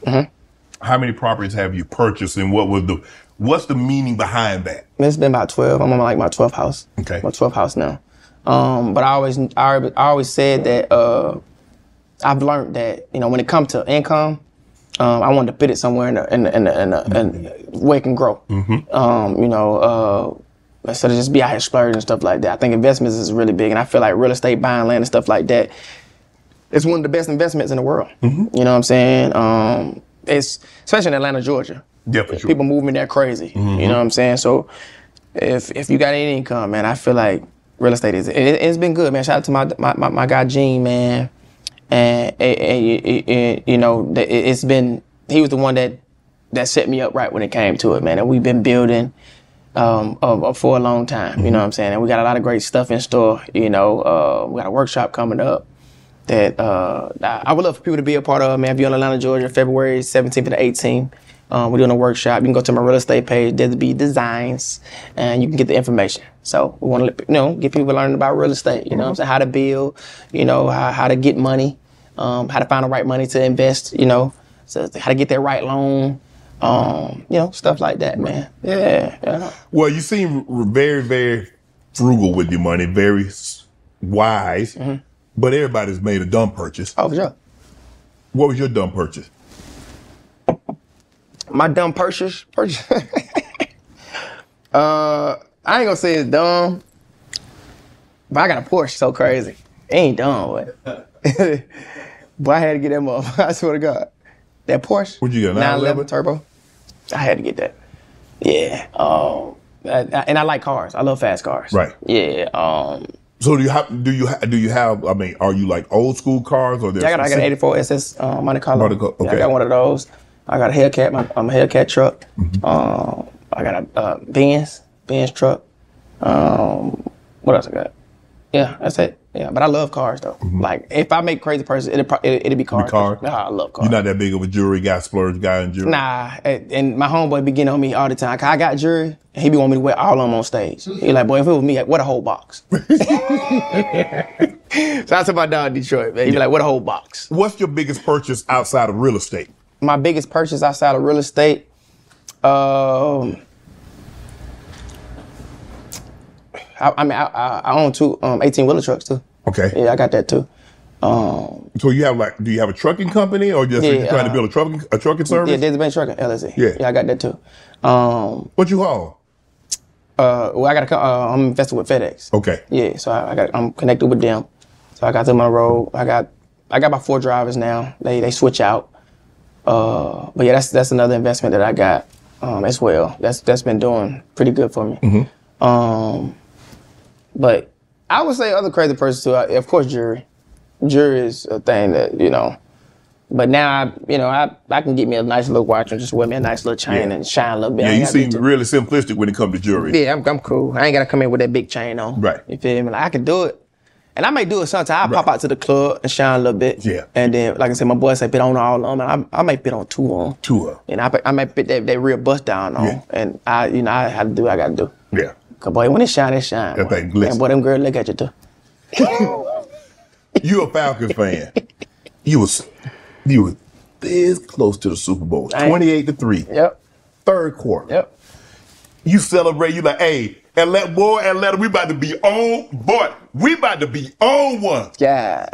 S2: How many properties have you purchased and what was the what's the meaning behind that?
S3: It's been about twelve. I'm on like my twelfth house. Okay. My twelfth house now. Um, but I always I, always- I always said that uh, I've learned that you know when it comes to income, um, I wanted to fit it somewhere in the in the, in the, in the, in where it can grow. um, you know, uh, instead of just be out here splurging and stuff like that. I think investments is really big, and I feel like real estate, buying land and stuff like that, it's one of the best investments in the world. You know what I'm saying? Um, it's especially in Atlanta, Georgia.
S2: Yeah, for sure.
S3: People moving there crazy. You know what I'm saying? So if if you got any income, man, I feel like real estate is it, it's been good, man. Shout out to my my, my, my guy Gene, man. And, and, and- and- and, you know, the- it- it's been he was the one that that set me up right when it came to it, man. And we've been building um, uh, uh, for a long time. You know what I'm saying? And we got a lot of great stuff in store. You know, uh, we got a workshop coming up that uh, I I would love for people to be a part of. Man, if you're in Atlanta, Georgia, February 17th to the 18th, um, we're doing a workshop. You can go to my real estate page, Desby Designs, and you can get the information. So we want to, you know, get people learning about real estate. You know, what I'm saying how to build, you know, how, how to get money, um, how to find the right money to invest. You know, so how to get that right loan. Um, you know, stuff like that, man. Yeah, yeah.
S2: Well, you seem r- very, very frugal with your money, very s- wise,
S3: Mm-hmm.
S2: but everybody's made a dumb purchase.
S3: Oh, yeah.
S2: What was your dumb purchase?
S3: My dumb purchase. purchase. *laughs* uh, I ain't gonna say it's dumb, but I got a Porsche so crazy. It ain't dumb, but, *laughs* but I had to get that motherfucker. *laughs* I swear to God, that Porsche. Would
S2: you get, a 911?
S3: turbo? I had to get that. Yeah. Um, I- I- and I like cars. I love fast cars.
S2: Right.
S3: Yeah. Um.
S2: So do you have? Do you ha- do you have? I mean, are you like old school cars or?
S3: Yeah, I got, I got an 84 SS uh, Monte Carlo.
S2: Monte Carlo,
S3: Yeah, I
S2: okay.
S3: got one of those. I got a Hellcat, my, um, Hellcat truck.
S2: Mm-hmm.
S3: Um, I got a uh, Benz, Benz truck. Um, what else I got? Yeah, that's it. Yeah, but I love cars though. Like if I make crazy person, it'll pro- it, it'll be cars.
S2: Mm-hmm. car.
S3: Nah, I love cars.
S2: You're not that big of a jewelry guy, splurge guy in jewelry.
S3: Nah, and and my homeboy be getting on me all the time. 'Cause I got jury, and he be wanting me to wear all of them on stage. He like, boy, if it was me, like, what a whole
S2: *laughs*
S3: box. *laughs* so I to my dog in Detroit, man. He be like, what a whole box.
S2: What's your biggest purchase outside of real estate?
S3: My biggest purchase outside of real estate, um, I, I mean, I, I, I own two um, 18 wheeler trucks too.
S2: Okay.
S3: Yeah, I got that too. Um,
S2: so you have like, do you have a trucking company or just are you
S3: Yeah,
S2: trying to
S3: uh,
S2: build a trucking a trucking
S3: Yeah,
S2: service?
S3: Desert Bank Trucking, LLC.
S2: Yeah.
S3: yeah, I got that too. Um,
S2: what you haul?
S3: Uh, well, I got to. Uh, I'm invested with FedEx.
S2: Okay.
S3: Yeah, so I, I got. I'm connected with them. So I got them on the road. I got. I got about four drivers now. They they switch out. Uh, but yeah, that's that's another investment that I got um, as well. That's that's been doing pretty good for me.
S2: Mhm.
S3: Um, but I would say other crazy persons too. I, of course, jury. Jury is a thing that you know. But now I, you know, I, I can get me a nice little watch and just wear me a nice little chain
S2: Yeah.
S3: and shine a little bit. I
S2: Yeah,
S3: ain't
S2: you
S3: gotta be
S2: seem really simplistic when it comes to jewelry.
S3: yeah, I'm, I'm cool. I ain't gotta come in with that big chain on.
S2: Right.
S3: You feel me? Like, I can do it. And I may do it sometime. I'll pop out to the club and shine a little bit. Yeah. And then, like I said, my boy say bit on all on. And I, I might bit on two on.
S2: Two on.
S3: And I, I might bit that, that real bust down on.
S2: Yeah.
S3: And I, you know, I have to do what I gotta do.
S2: Yeah.
S3: Cause boy, when it shine, it shine.
S2: That
S3: boy.
S2: thing glisten.
S3: And boy, them girls look at you too.
S2: You a Falcons fan. You was you were this close to the Super Bowl.
S3: I-
S2: 28 to 3.
S3: Yep.
S2: Third quarter.
S3: Yep.
S2: You celebrate, you like, hey, and let boy, Atlanta, we about to be on boy. We about to be on one.
S3: Yeah.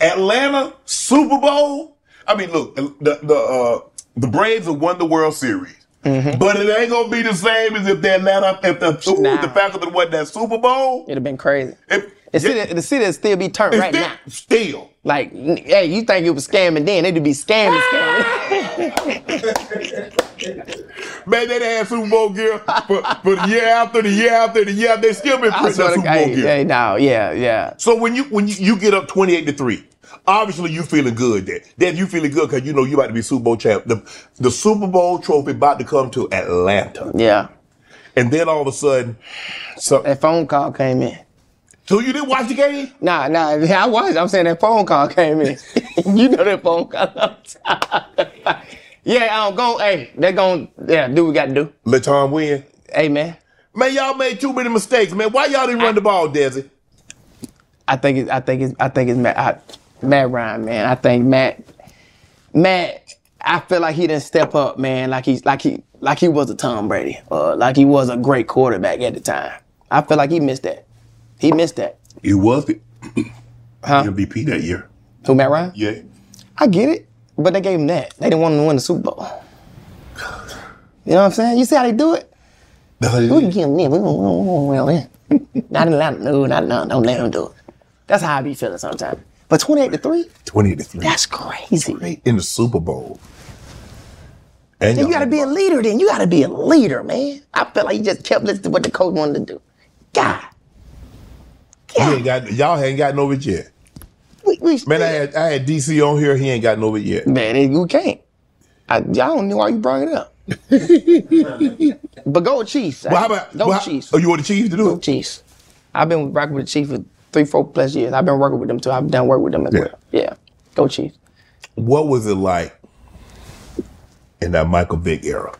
S2: Atlanta, Super Bowl. I mean, look, the the uh, the Braves have won the World Series.
S3: Mm-hmm.
S2: But it ain't gonna be the same as if the Atlanta, if the, ooh, the Falcons had won that Super Bowl.
S3: It'd have been crazy. the, city, the city still be turned
S2: It's
S3: right
S2: still-
S3: now.
S2: Still.
S3: Like, n- hey, you think it was scamming then? It'd
S2: *laughs*
S3: be scamming, scamming.
S2: Man, they done had Super Bowl gear for, for the year after the year after the year. They still been
S3: *laughs* I
S2: printing
S3: swear
S2: that
S3: to
S2: Super Bowl
S3: God, hey,
S2: gear.
S3: hey, no, yeah, yeah.
S2: So when you when you, you get up twenty eight to three, obviously you feeling good. Then then you feeling good because you know you about to be Super Bowl champ. The the Super Bowl trophy about to come to Atlanta.
S3: Yeah.
S2: And then all of a sudden, so
S3: that phone call came in.
S2: So you didn't watch the game?
S3: Nah, nah. *laughs* yeah, I watched. I'm saying that phone call came in. *laughs* you know that phone call. *laughs* I'm talking about. yeah, I'm going. Hey, they're going. Yeah, do what we got to do.
S2: Let Tom win.
S3: Hey, man.
S2: Man, y'all made too many mistakes, man. Why y'all didn't run the ball, Desi?
S3: I think it's I think it's I think it's Matt I, Matt Ryan, man. I think Matt Matt I feel like he didn't step up, man, like he's like he like he was a Tom Brady. Uh like he was a great quarterback at the time. I feel like he missed that. He missed that.
S2: He was the MVP that year.
S3: Who Matt Ryan?
S2: Yeah.
S3: I get it. But they gave him that. They didn't want him to win the Super Bowl. You know what I'm saying? You see how they do it? We can get him in. We don't, we don't want him *laughs* in. not in Atlanta. No, not, no, don't let him do it. That's how I be feeling sometimes. But 28 to 3?
S2: Twenty to three.
S3: That's crazy.
S2: in the Super Bowl. And y'all
S3: Then you gotta be a leader then. You gotta be a leader, man. I felt like you just kept listening to what the coach wanted to do.
S2: You ain't got y'all ain't gotten over it yet. man, I had I had DC on here. He ain't gotten over it yet.
S3: Man, it- you can't. I, I don't know why you brought it
S2: *laughs*
S3: up. but go with Chiefs.
S2: Well, how about-
S3: go
S2: well,
S3: with
S2: how-
S3: Chiefs?
S2: Oh, you want the Chiefs to do
S3: go it? Chiefs. I've been rocking with the Chiefs for three, four plus years. I've been working with them too. I've done work with them as well. Yeah, go Chiefs.
S2: What was it like in that Michael Vick era?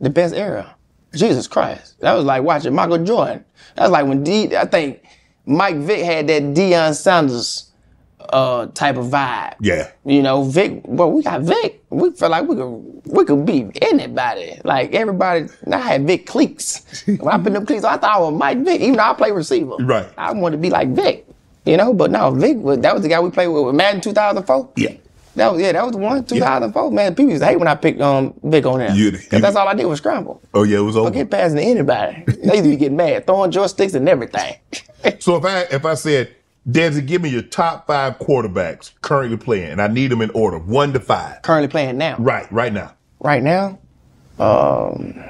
S3: The best era. Jesus Christ, that was like watching Michael Jordan. That was like when D. I think Mike Vick had that Deion Sanders uh, type of vibe.
S2: Yeah.
S3: You know, Vic, well, we got Vic. We felt like we could we could beat anybody. Like everybody, and I had Vic cliques. When I put them cliques, I thought I was Mike Vic, even though I play receiver.
S2: Right.
S3: I wanted to be like Vic, you know, but no, Vic was that was the guy we played with, with Madden 2004.
S2: Yeah.
S3: That was yeah, that was the one 2004. Man, people used to hate when I picked um Vic on there.
S2: You-
S3: 'Cause
S2: you-
S3: that's all I did was scramble.
S2: Oh yeah, it was over.
S3: Don't get passing to anybody. they used to be getting mad, throwing joysticks and everything.
S2: So if I if I said, Desi, give me your top five quarterbacks currently playing, and I need them in order, one to five.
S3: Currently playing now.
S2: Right, right now.
S3: Right now, um,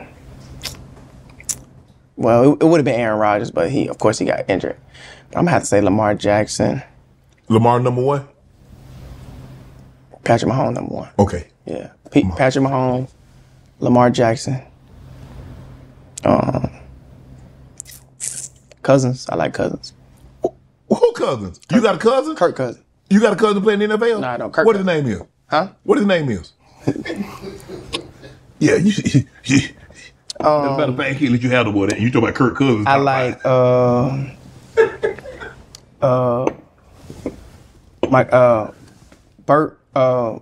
S3: well, it, it would have been Aaron Rodgers, but he, of course, he got injured. I'm gonna have to say Lamar Jackson,
S2: Lamar number one.
S3: Patrick Mahomes number one.
S2: Okay.
S3: Yeah, Pete, Patrick Mahomes, Lamar Jackson, um, Cousins. I like Cousins.
S2: Who cousins? you got a cousin?
S3: Kirk cousin.
S2: You got a cousin playing in the NFL?
S3: No, I don't. Kirk
S2: what his name is?
S3: Huh?
S2: What his name is? *laughs* yeah, you. *laughs* you, you
S3: Um,
S2: matter of fact, I can't let you have the boy. that- You talking about Kirk Cousins?
S3: I like uh, uh, my uh, Bert. Uh,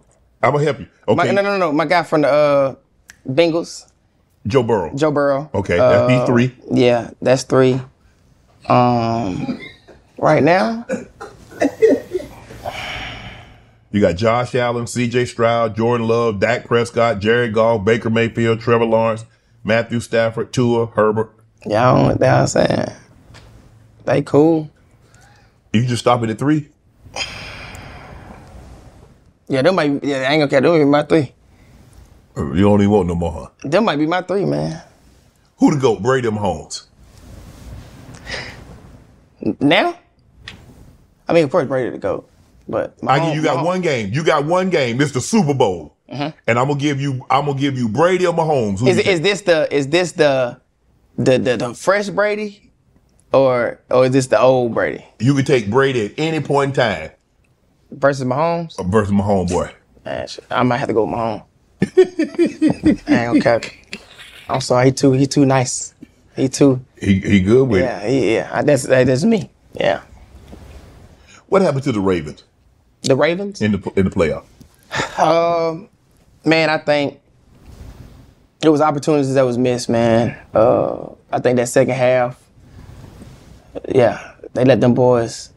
S2: I'm gonna help you. Okay.
S3: My, no, no, no, no. My guy from the uh, Bengals,
S2: Joe Burrow.
S3: Joe Burrow.
S2: Okay, that'd be
S3: Uh,
S2: three.
S3: Yeah, that's three. Um, right now,
S2: You got Josh Allen, C.J. Stroud, Jordan Love, Dak Prescott, Jared Goff, Baker Mayfield, Trevor Lawrence, Matthew Stafford, Tua, Herbert.
S3: Y'all, that's what I'm saying. They cool.
S2: You just stop it at three.
S3: Yeah, them might. Yeah, I ain't gonna care. Them might be my three.
S2: You don't even want no more. huh?
S3: Them might be my three, man.
S2: Who to go? Brady or Mahomes?
S3: Now, I mean, of course, Brady to go, but
S2: I give you got one game. You got one game. It's the Super Bowl,
S3: Mhm.
S2: and I'm gonna give you. I'm gonna give you Brady or Mahomes. Who
S3: Is,
S2: you
S3: is this the is this the the the, the fresh Brady, or or is this the old Brady?
S2: You could take Brady at any point in time.
S3: Versus Mahomes?
S2: Versus Mahomes, boy.
S3: Man, shit, I might have to go with Mahomes. I ain't gonna cap. I'm sorry, he too he too nice. He too.
S2: He he good with it.
S3: yeah he, yeah. I- That's that- that's me. Yeah.
S2: What happened to the Ravens
S3: The Ravens.
S2: in the in the playoff?
S3: Um, man, I think it was opportunities that was missed, man. Uh, I think that second half, yeah, they let them boys,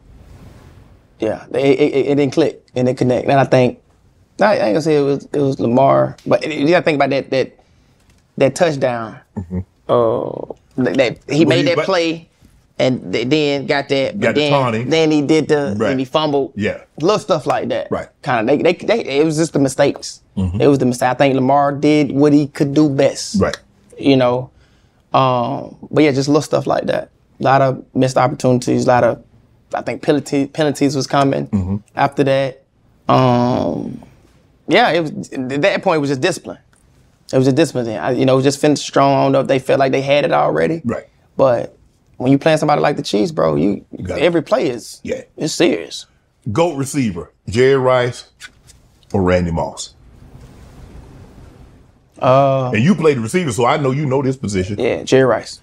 S3: yeah, they, it, it, it didn't click and didn't connect. And I think, I, I ain't gonna say it was it was Lamar, but you gotta think about that that that touchdown. Uh, that, that- he
S8: Well, Mm-hmm.
S3: made
S8: he
S3: that
S8: ba-
S3: play, and th- then got that, but
S8: Got the
S3: then
S8: taunting.
S3: then he did the
S8: Right.
S3: and he fumbled.
S8: Yeah.
S3: little stuff like that.
S8: Right.
S3: Kind of they, they they it was just the mistakes. It was the mistake. I think Lamar did what he could do best.
S2: Mm-hmm. Right.
S3: You know, um, but yeah, just little stuff like that. A lot of missed opportunities. A lot of, I think penalty, penalties was coming
S2: Mm-hmm.
S3: after that. Um, yeah, it was. At that point, it was just discipline. It was just discipline. thing. I, you know, just finished strong. I don't know if they felt like they had it already.
S2: Right.
S3: But when you playing somebody like the Chiefs, bro, you, every play is
S2: yeah,
S3: it's serious.
S2: Goat receiver, Jerry Rice or Randy Moss?
S3: Uh,
S2: and you play the receiver, so I know you know this position.
S3: Yeah, Jerry Rice.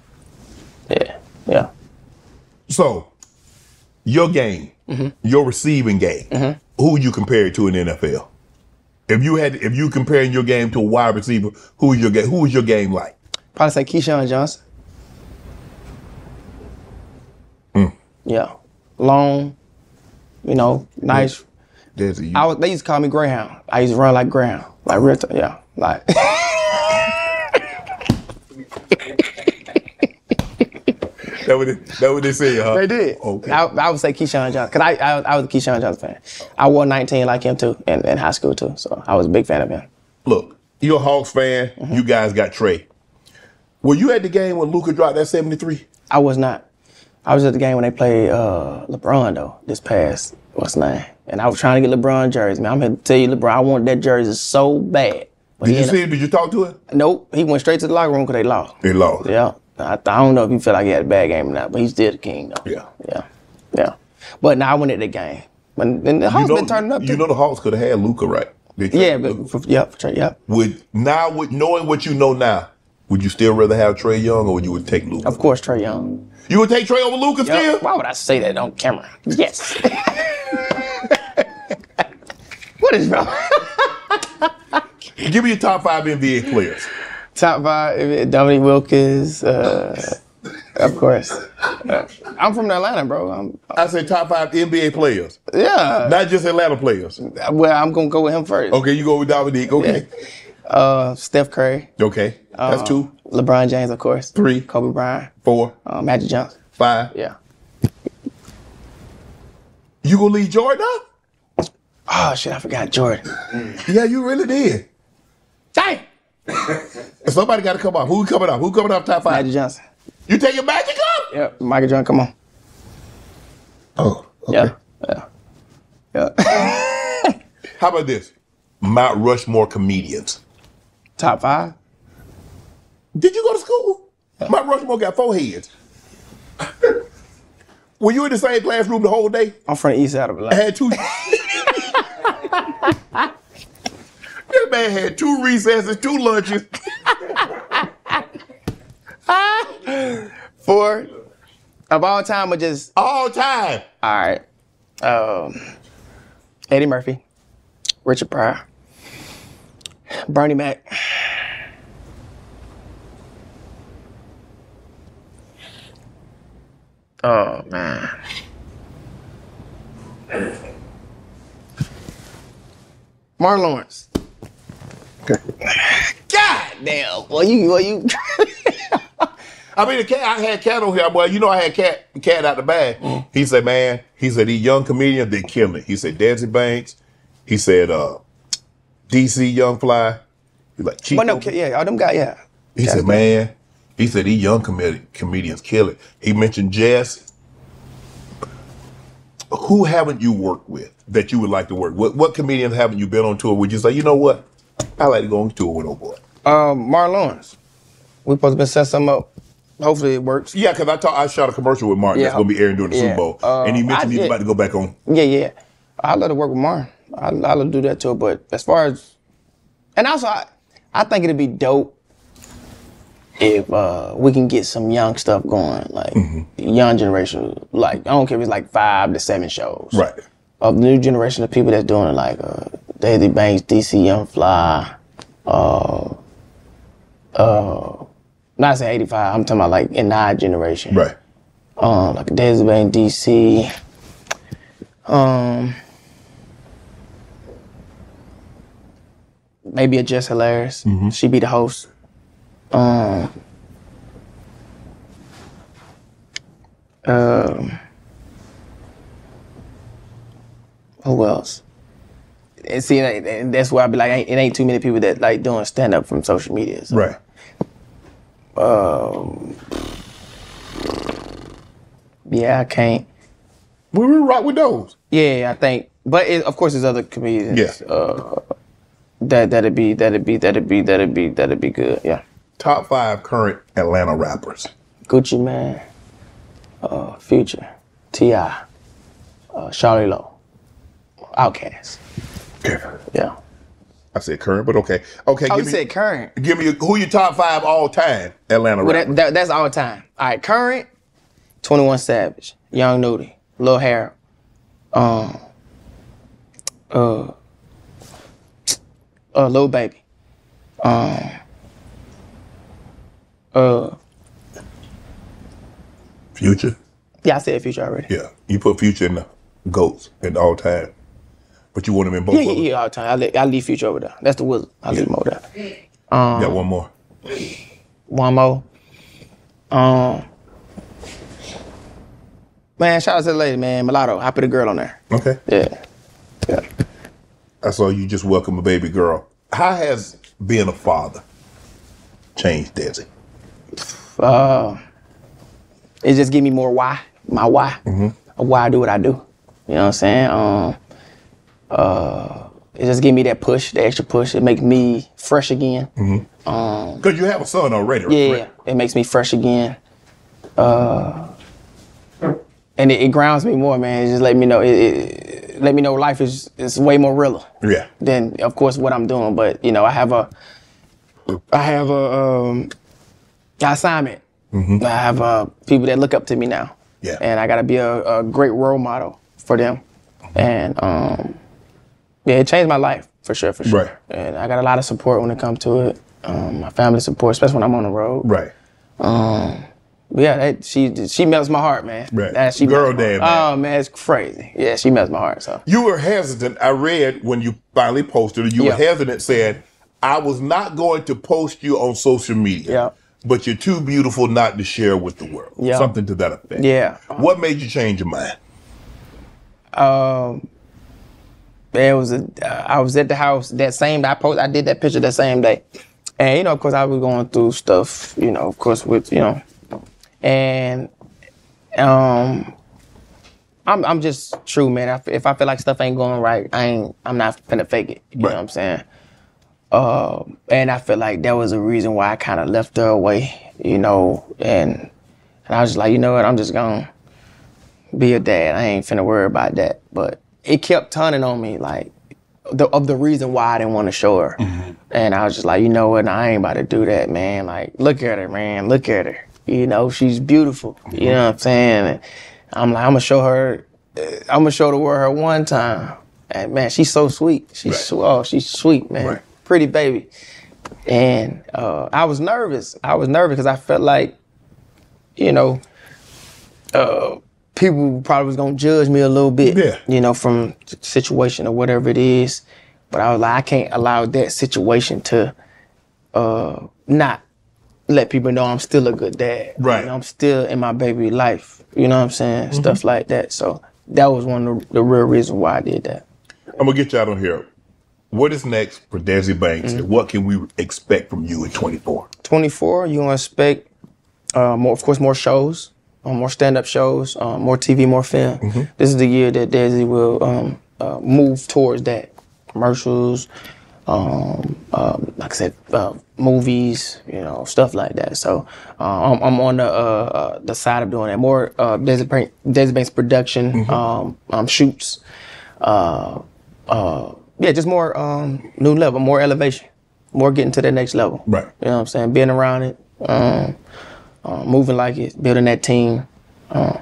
S3: Yeah, yeah.
S2: So, your game, your receiving game, who you compare it to in the NFL? If you had, if you comparing your game to a wide receiver, who is your game? Who is your game like?
S3: Probably say Keyshawn Johnson. Hmm. Yeah, long. You know, nice.
S2: There's
S3: I was, they used to call me Greyhound. I used to run like Greyhound, like real. T- yeah, like. *laughs*
S2: That what they, that what they say, huh?
S3: They did.
S2: Okay.
S3: I, I would say Keyshawn Johnson because I, I I was a Keyshawn Johnson fan. I wore 19 like him too in, in high school too, so I was a big fan of him.
S2: Look, you're a Hawks fan. You guys got Trey. Were you at the game when Luca dropped that 73?
S3: I was not. I was at the game when they played uh, LeBron though this past what's his name, and I was trying to get LeBron jersey. Man, I'm here to tell you, LeBron, I want that jersey so bad.
S2: Did you see him? Did you talk to him?
S3: Nope. He went straight to the locker room because they lost.
S2: They lost.
S3: Yeah. I, I don't know if he felt like he had a bad game or not, but he's still the king though. Yeah. Yeah. Yeah. But now I went at the game. When and the
S2: You
S3: Hawks
S2: know-
S3: been turning up.
S2: You know the Hawks could have had Luca, right? They
S3: Yeah, but for, yep, for, yep.
S2: Would now, with knowing what you know now, would you still rather have Trey Young or would you would take Luca? Of
S3: course, Trey Young.
S2: You would take Trey over Luca still?
S3: Why would I say that on camera?
S2: *laughs*
S3: Yes. *laughs* what is wrong?
S2: Give me your top five NBA players.
S3: Top five, eh, Dominique Wilkins, uh, of course. Uh, I'm from Atlanta, bro. I'm,
S2: I say top five NBA players.
S3: Yeah.
S2: Not just Atlanta players.
S3: Well, I'm going to go with him first.
S2: Okay, you go with Dominique. Okay.
S3: Uh, Steph Curry.
S2: Okay. That's
S3: Uh,
S2: two.
S3: LeBron James, of course.
S2: Three.
S3: Kobe Bryant.
S2: Four.
S3: Uh, Magic Johnson.
S2: Five.
S3: Yeah.
S2: You gonna leave Jordan up?
S3: Oh shit, I forgot Jordan.
S2: yeah, you really did.
S3: Dang.
S2: Somebody gotta come up. Who coming up? Who coming up top five?
S3: Magic Johnson.
S2: You taking Magic up?
S3: Yep. Michael Jordan, come on.
S2: Okay. Yeah.
S3: Yeah. *laughs*
S2: How about this? Mount Rushmore comedians.
S3: Top five.
S2: Did you go to school? Mount Rushmore got four heads. *laughs* Were you in the same classroom the whole day?
S3: I'm from the east side of Atlanta.
S2: I had two. that man had two recesses, two lunches.
S3: Four. Of all time or just
S2: all time.
S3: All right. Um, Eddie Murphy, Richard Pryor, Bernie Mac. Oh man. Martin Lawrence. God Goddamn. Well, you, well, you. *laughs*
S2: I mean, the cat. I had cat on here. Well, you know, I had cat cat out the bag. He said, "Man, he said these young comedians they killing it." He said, "Desi Banks." He said, "Uh, DC Young Fly." He like, Chico.
S3: But no, yeah, all them guys, yeah.
S2: He said, "Man," he said, "These young comedi- comedians kill it." He mentioned Jess. Who haven't you worked with that you would like to work? What what comedians haven't you been on tour? Would you say, you know what? I like to go on tour with old boy.
S3: Um, Martin Lawrence. We supposed to been set something up. Hopefully it works.
S2: Yeah, because I talk, I shot a commercial with Martin that's
S3: Yeah.
S2: going to be airing during the
S3: Yeah.
S2: Super Bowl,
S3: Uh,
S2: and he mentioned
S3: I
S2: he's
S3: did-
S2: about to go back on.
S3: Yeah, yeah. I love to work with Martin. I, I love to do that too. But as far as, and also, I, I think it'd be dope if uh, we can get some young stuff going, like young generation. Like I don't care if it's like five to seven shows.
S2: Right.
S3: Of the new generation of people that's doing it, like uh, Daisy Banks, DC Young Fly, uh, uh, not saying 85, I'm talking about like in our generation.
S2: Right.
S3: Um, like Daisy Banks, DC. Um, maybe a Jess Hilarious. She be the host. Um, um, who else? And see, and- and that's where I be like, ain't- it ain't too many people that like doing stand up from social media. So.
S2: Right.
S3: Um, yeah, I can't.
S2: We were right with those.
S3: Yeah, I think. But it, of course, there's other comedians.
S2: Yeah.
S3: Uh, that that'd be that'd be that'd be that'd be that'd be good. Yeah.
S2: Top five current Atlanta rappers.
S3: Gucci Man, uh, Future, Ti, uh, Charlie Low, Outkast. Yeah.
S2: I said current, but okay. Okay.
S3: Oh,
S2: give
S3: you
S2: me,
S3: said current.
S2: Give me who your top five all time Atlanta
S3: Well,
S2: rappers.
S3: that, that, that's all time. All right, current. Twenty One Savage, Young Nudy, Lil Harold, um, uh, uh, Lil Baby, um, uh,
S2: Future.
S3: yeah, I said Future already.
S2: Yeah. You put Future in the goats in all time, but you want him in both.
S3: Yeah,
S2: of
S3: yeah,
S2: them.
S3: yeah, all the time. I, le- I leave Future over there. That's the wizard. I leave him over there.
S2: You got one more.
S3: One more. Um, man, shout out to the lady, man. Mulatto, I put a girl on there.
S2: Okay.
S3: Yeah.
S2: I saw you just welcome a baby girl. How has being a father changed Desi?
S3: Uh, it just give me more why, my why, why I do what I do. You know what I'm saying? Um, uh, it just give me that push, the extra push. It makes me fresh again. Um,
S2: Because you have a son already. right?
S3: yeah, it makes me fresh again. Uh, and it, it grounds me more, man. It just let me know. It, it, it let me know life is is way more realer
S2: Yeah.
S3: than, of course, what I'm doing. But you know, I have a, I have a um, assignment. I have uh, people that look up to me now.
S2: Yeah.
S3: And I gotta be a, a great role model for them. And um, yeah, it changed my life for sure, for sure.
S2: Right.
S3: And I got a lot of support when it comes to it. Um, my family support, especially when I'm on the road.
S2: Right.
S3: Um, but yeah, that, she she melts my heart, man.
S2: Right.
S3: That, she
S2: Girl
S3: melts my-
S2: dad, man.
S3: Oh man, it's crazy. Yeah, she melts my heart. So
S2: You were hesitant. I read when you finally posted it, you
S3: Yeah.
S2: were hesitant saying, I was not going to post you on social media, but you're too beautiful not to share with the world.
S3: Yeah.
S2: Something to that effect.
S3: Yeah.
S2: What made you change your mind?
S3: Um, there was a. Uh, I was at the house that same. I post. I did that picture that same day, and you know, of course, I was going through stuff. You know, of course, with you know, and um, I'm I'm just true, man. I, if I feel like stuff ain't going right, I ain't. I'm not finna fake it. You know what I'm saying? Uh, and I feel like that was a reason why I kind of left her away. You know, and and I was just like, you know what? I'm just gonna be a dad. I ain't finna worry about that. But it kept turning on me, like the, of the reason why I didn't want to show her. And I was just like, you know what? I ain't about to do that, man. Like, look at her, man. Look at her. You know, she's beautiful. You know what I'm saying? And I'm like, I'm gonna show her. I'm gonna show the world her one time. And man, she's so sweet. She's sw- oh, she's sweet, man. Pretty baby. And uh, I was nervous. I was nervous because I felt like, you know, uh, people probably was gonna judge me a little bit. Yeah. You know, from the situation or whatever it is. But I was like, I can't allow that situation to uh, not let people know I'm still a good dad. Right. I'm still in my baby life. You know what I'm saying?
S9: Mhm.
S3: Stuff like that. So that was one of the, the real reason why I did that.
S9: I'm gonna get you out on here. What is next for Desi Banks? and What can we expect from you in 24?
S3: 24, you gonna expect uh, more, of course, more shows, uh, more stand-up shows, uh, more TV, more film. This is the year that Desi will um, uh, move towards that. Commercials, um, um, like I said, uh, movies, you know, stuff like that. So uh, I'm, I'm on the uh, uh, the side of doing that more. Uh, Desi, Bank- Desi Banks production, um, um, shoots, uh, uh, yeah, just more um, new level, more elevation, more getting to the next level. Right. You know what I'm saying? Being around it, um, uh, moving like it, building that team. Uh,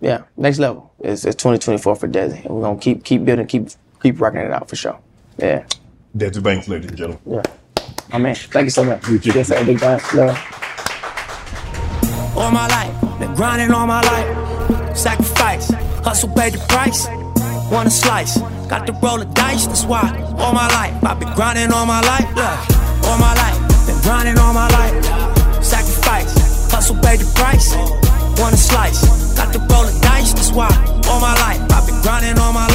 S3: yeah, next level. It's, it's 2024 for Desi. And we're gonna keep keep building, keep keep rocking it out for sure. Yeah.
S9: Desi Banks, ladies and gentlemen.
S3: Yeah. My man, thank you so much. Yes, sir. Big time. Love.
S5: all my life. Been grinding all my life. Sacrifice, hustle paid the price. Wanna slice, got to roll the dice. That's why all my life I've been grinding all my life. Look, all my life been grinding all my life. Sacrifice, hustle paid the price. Wanna slice, got to roll the dice. That's why all my life I've been grinding all my life.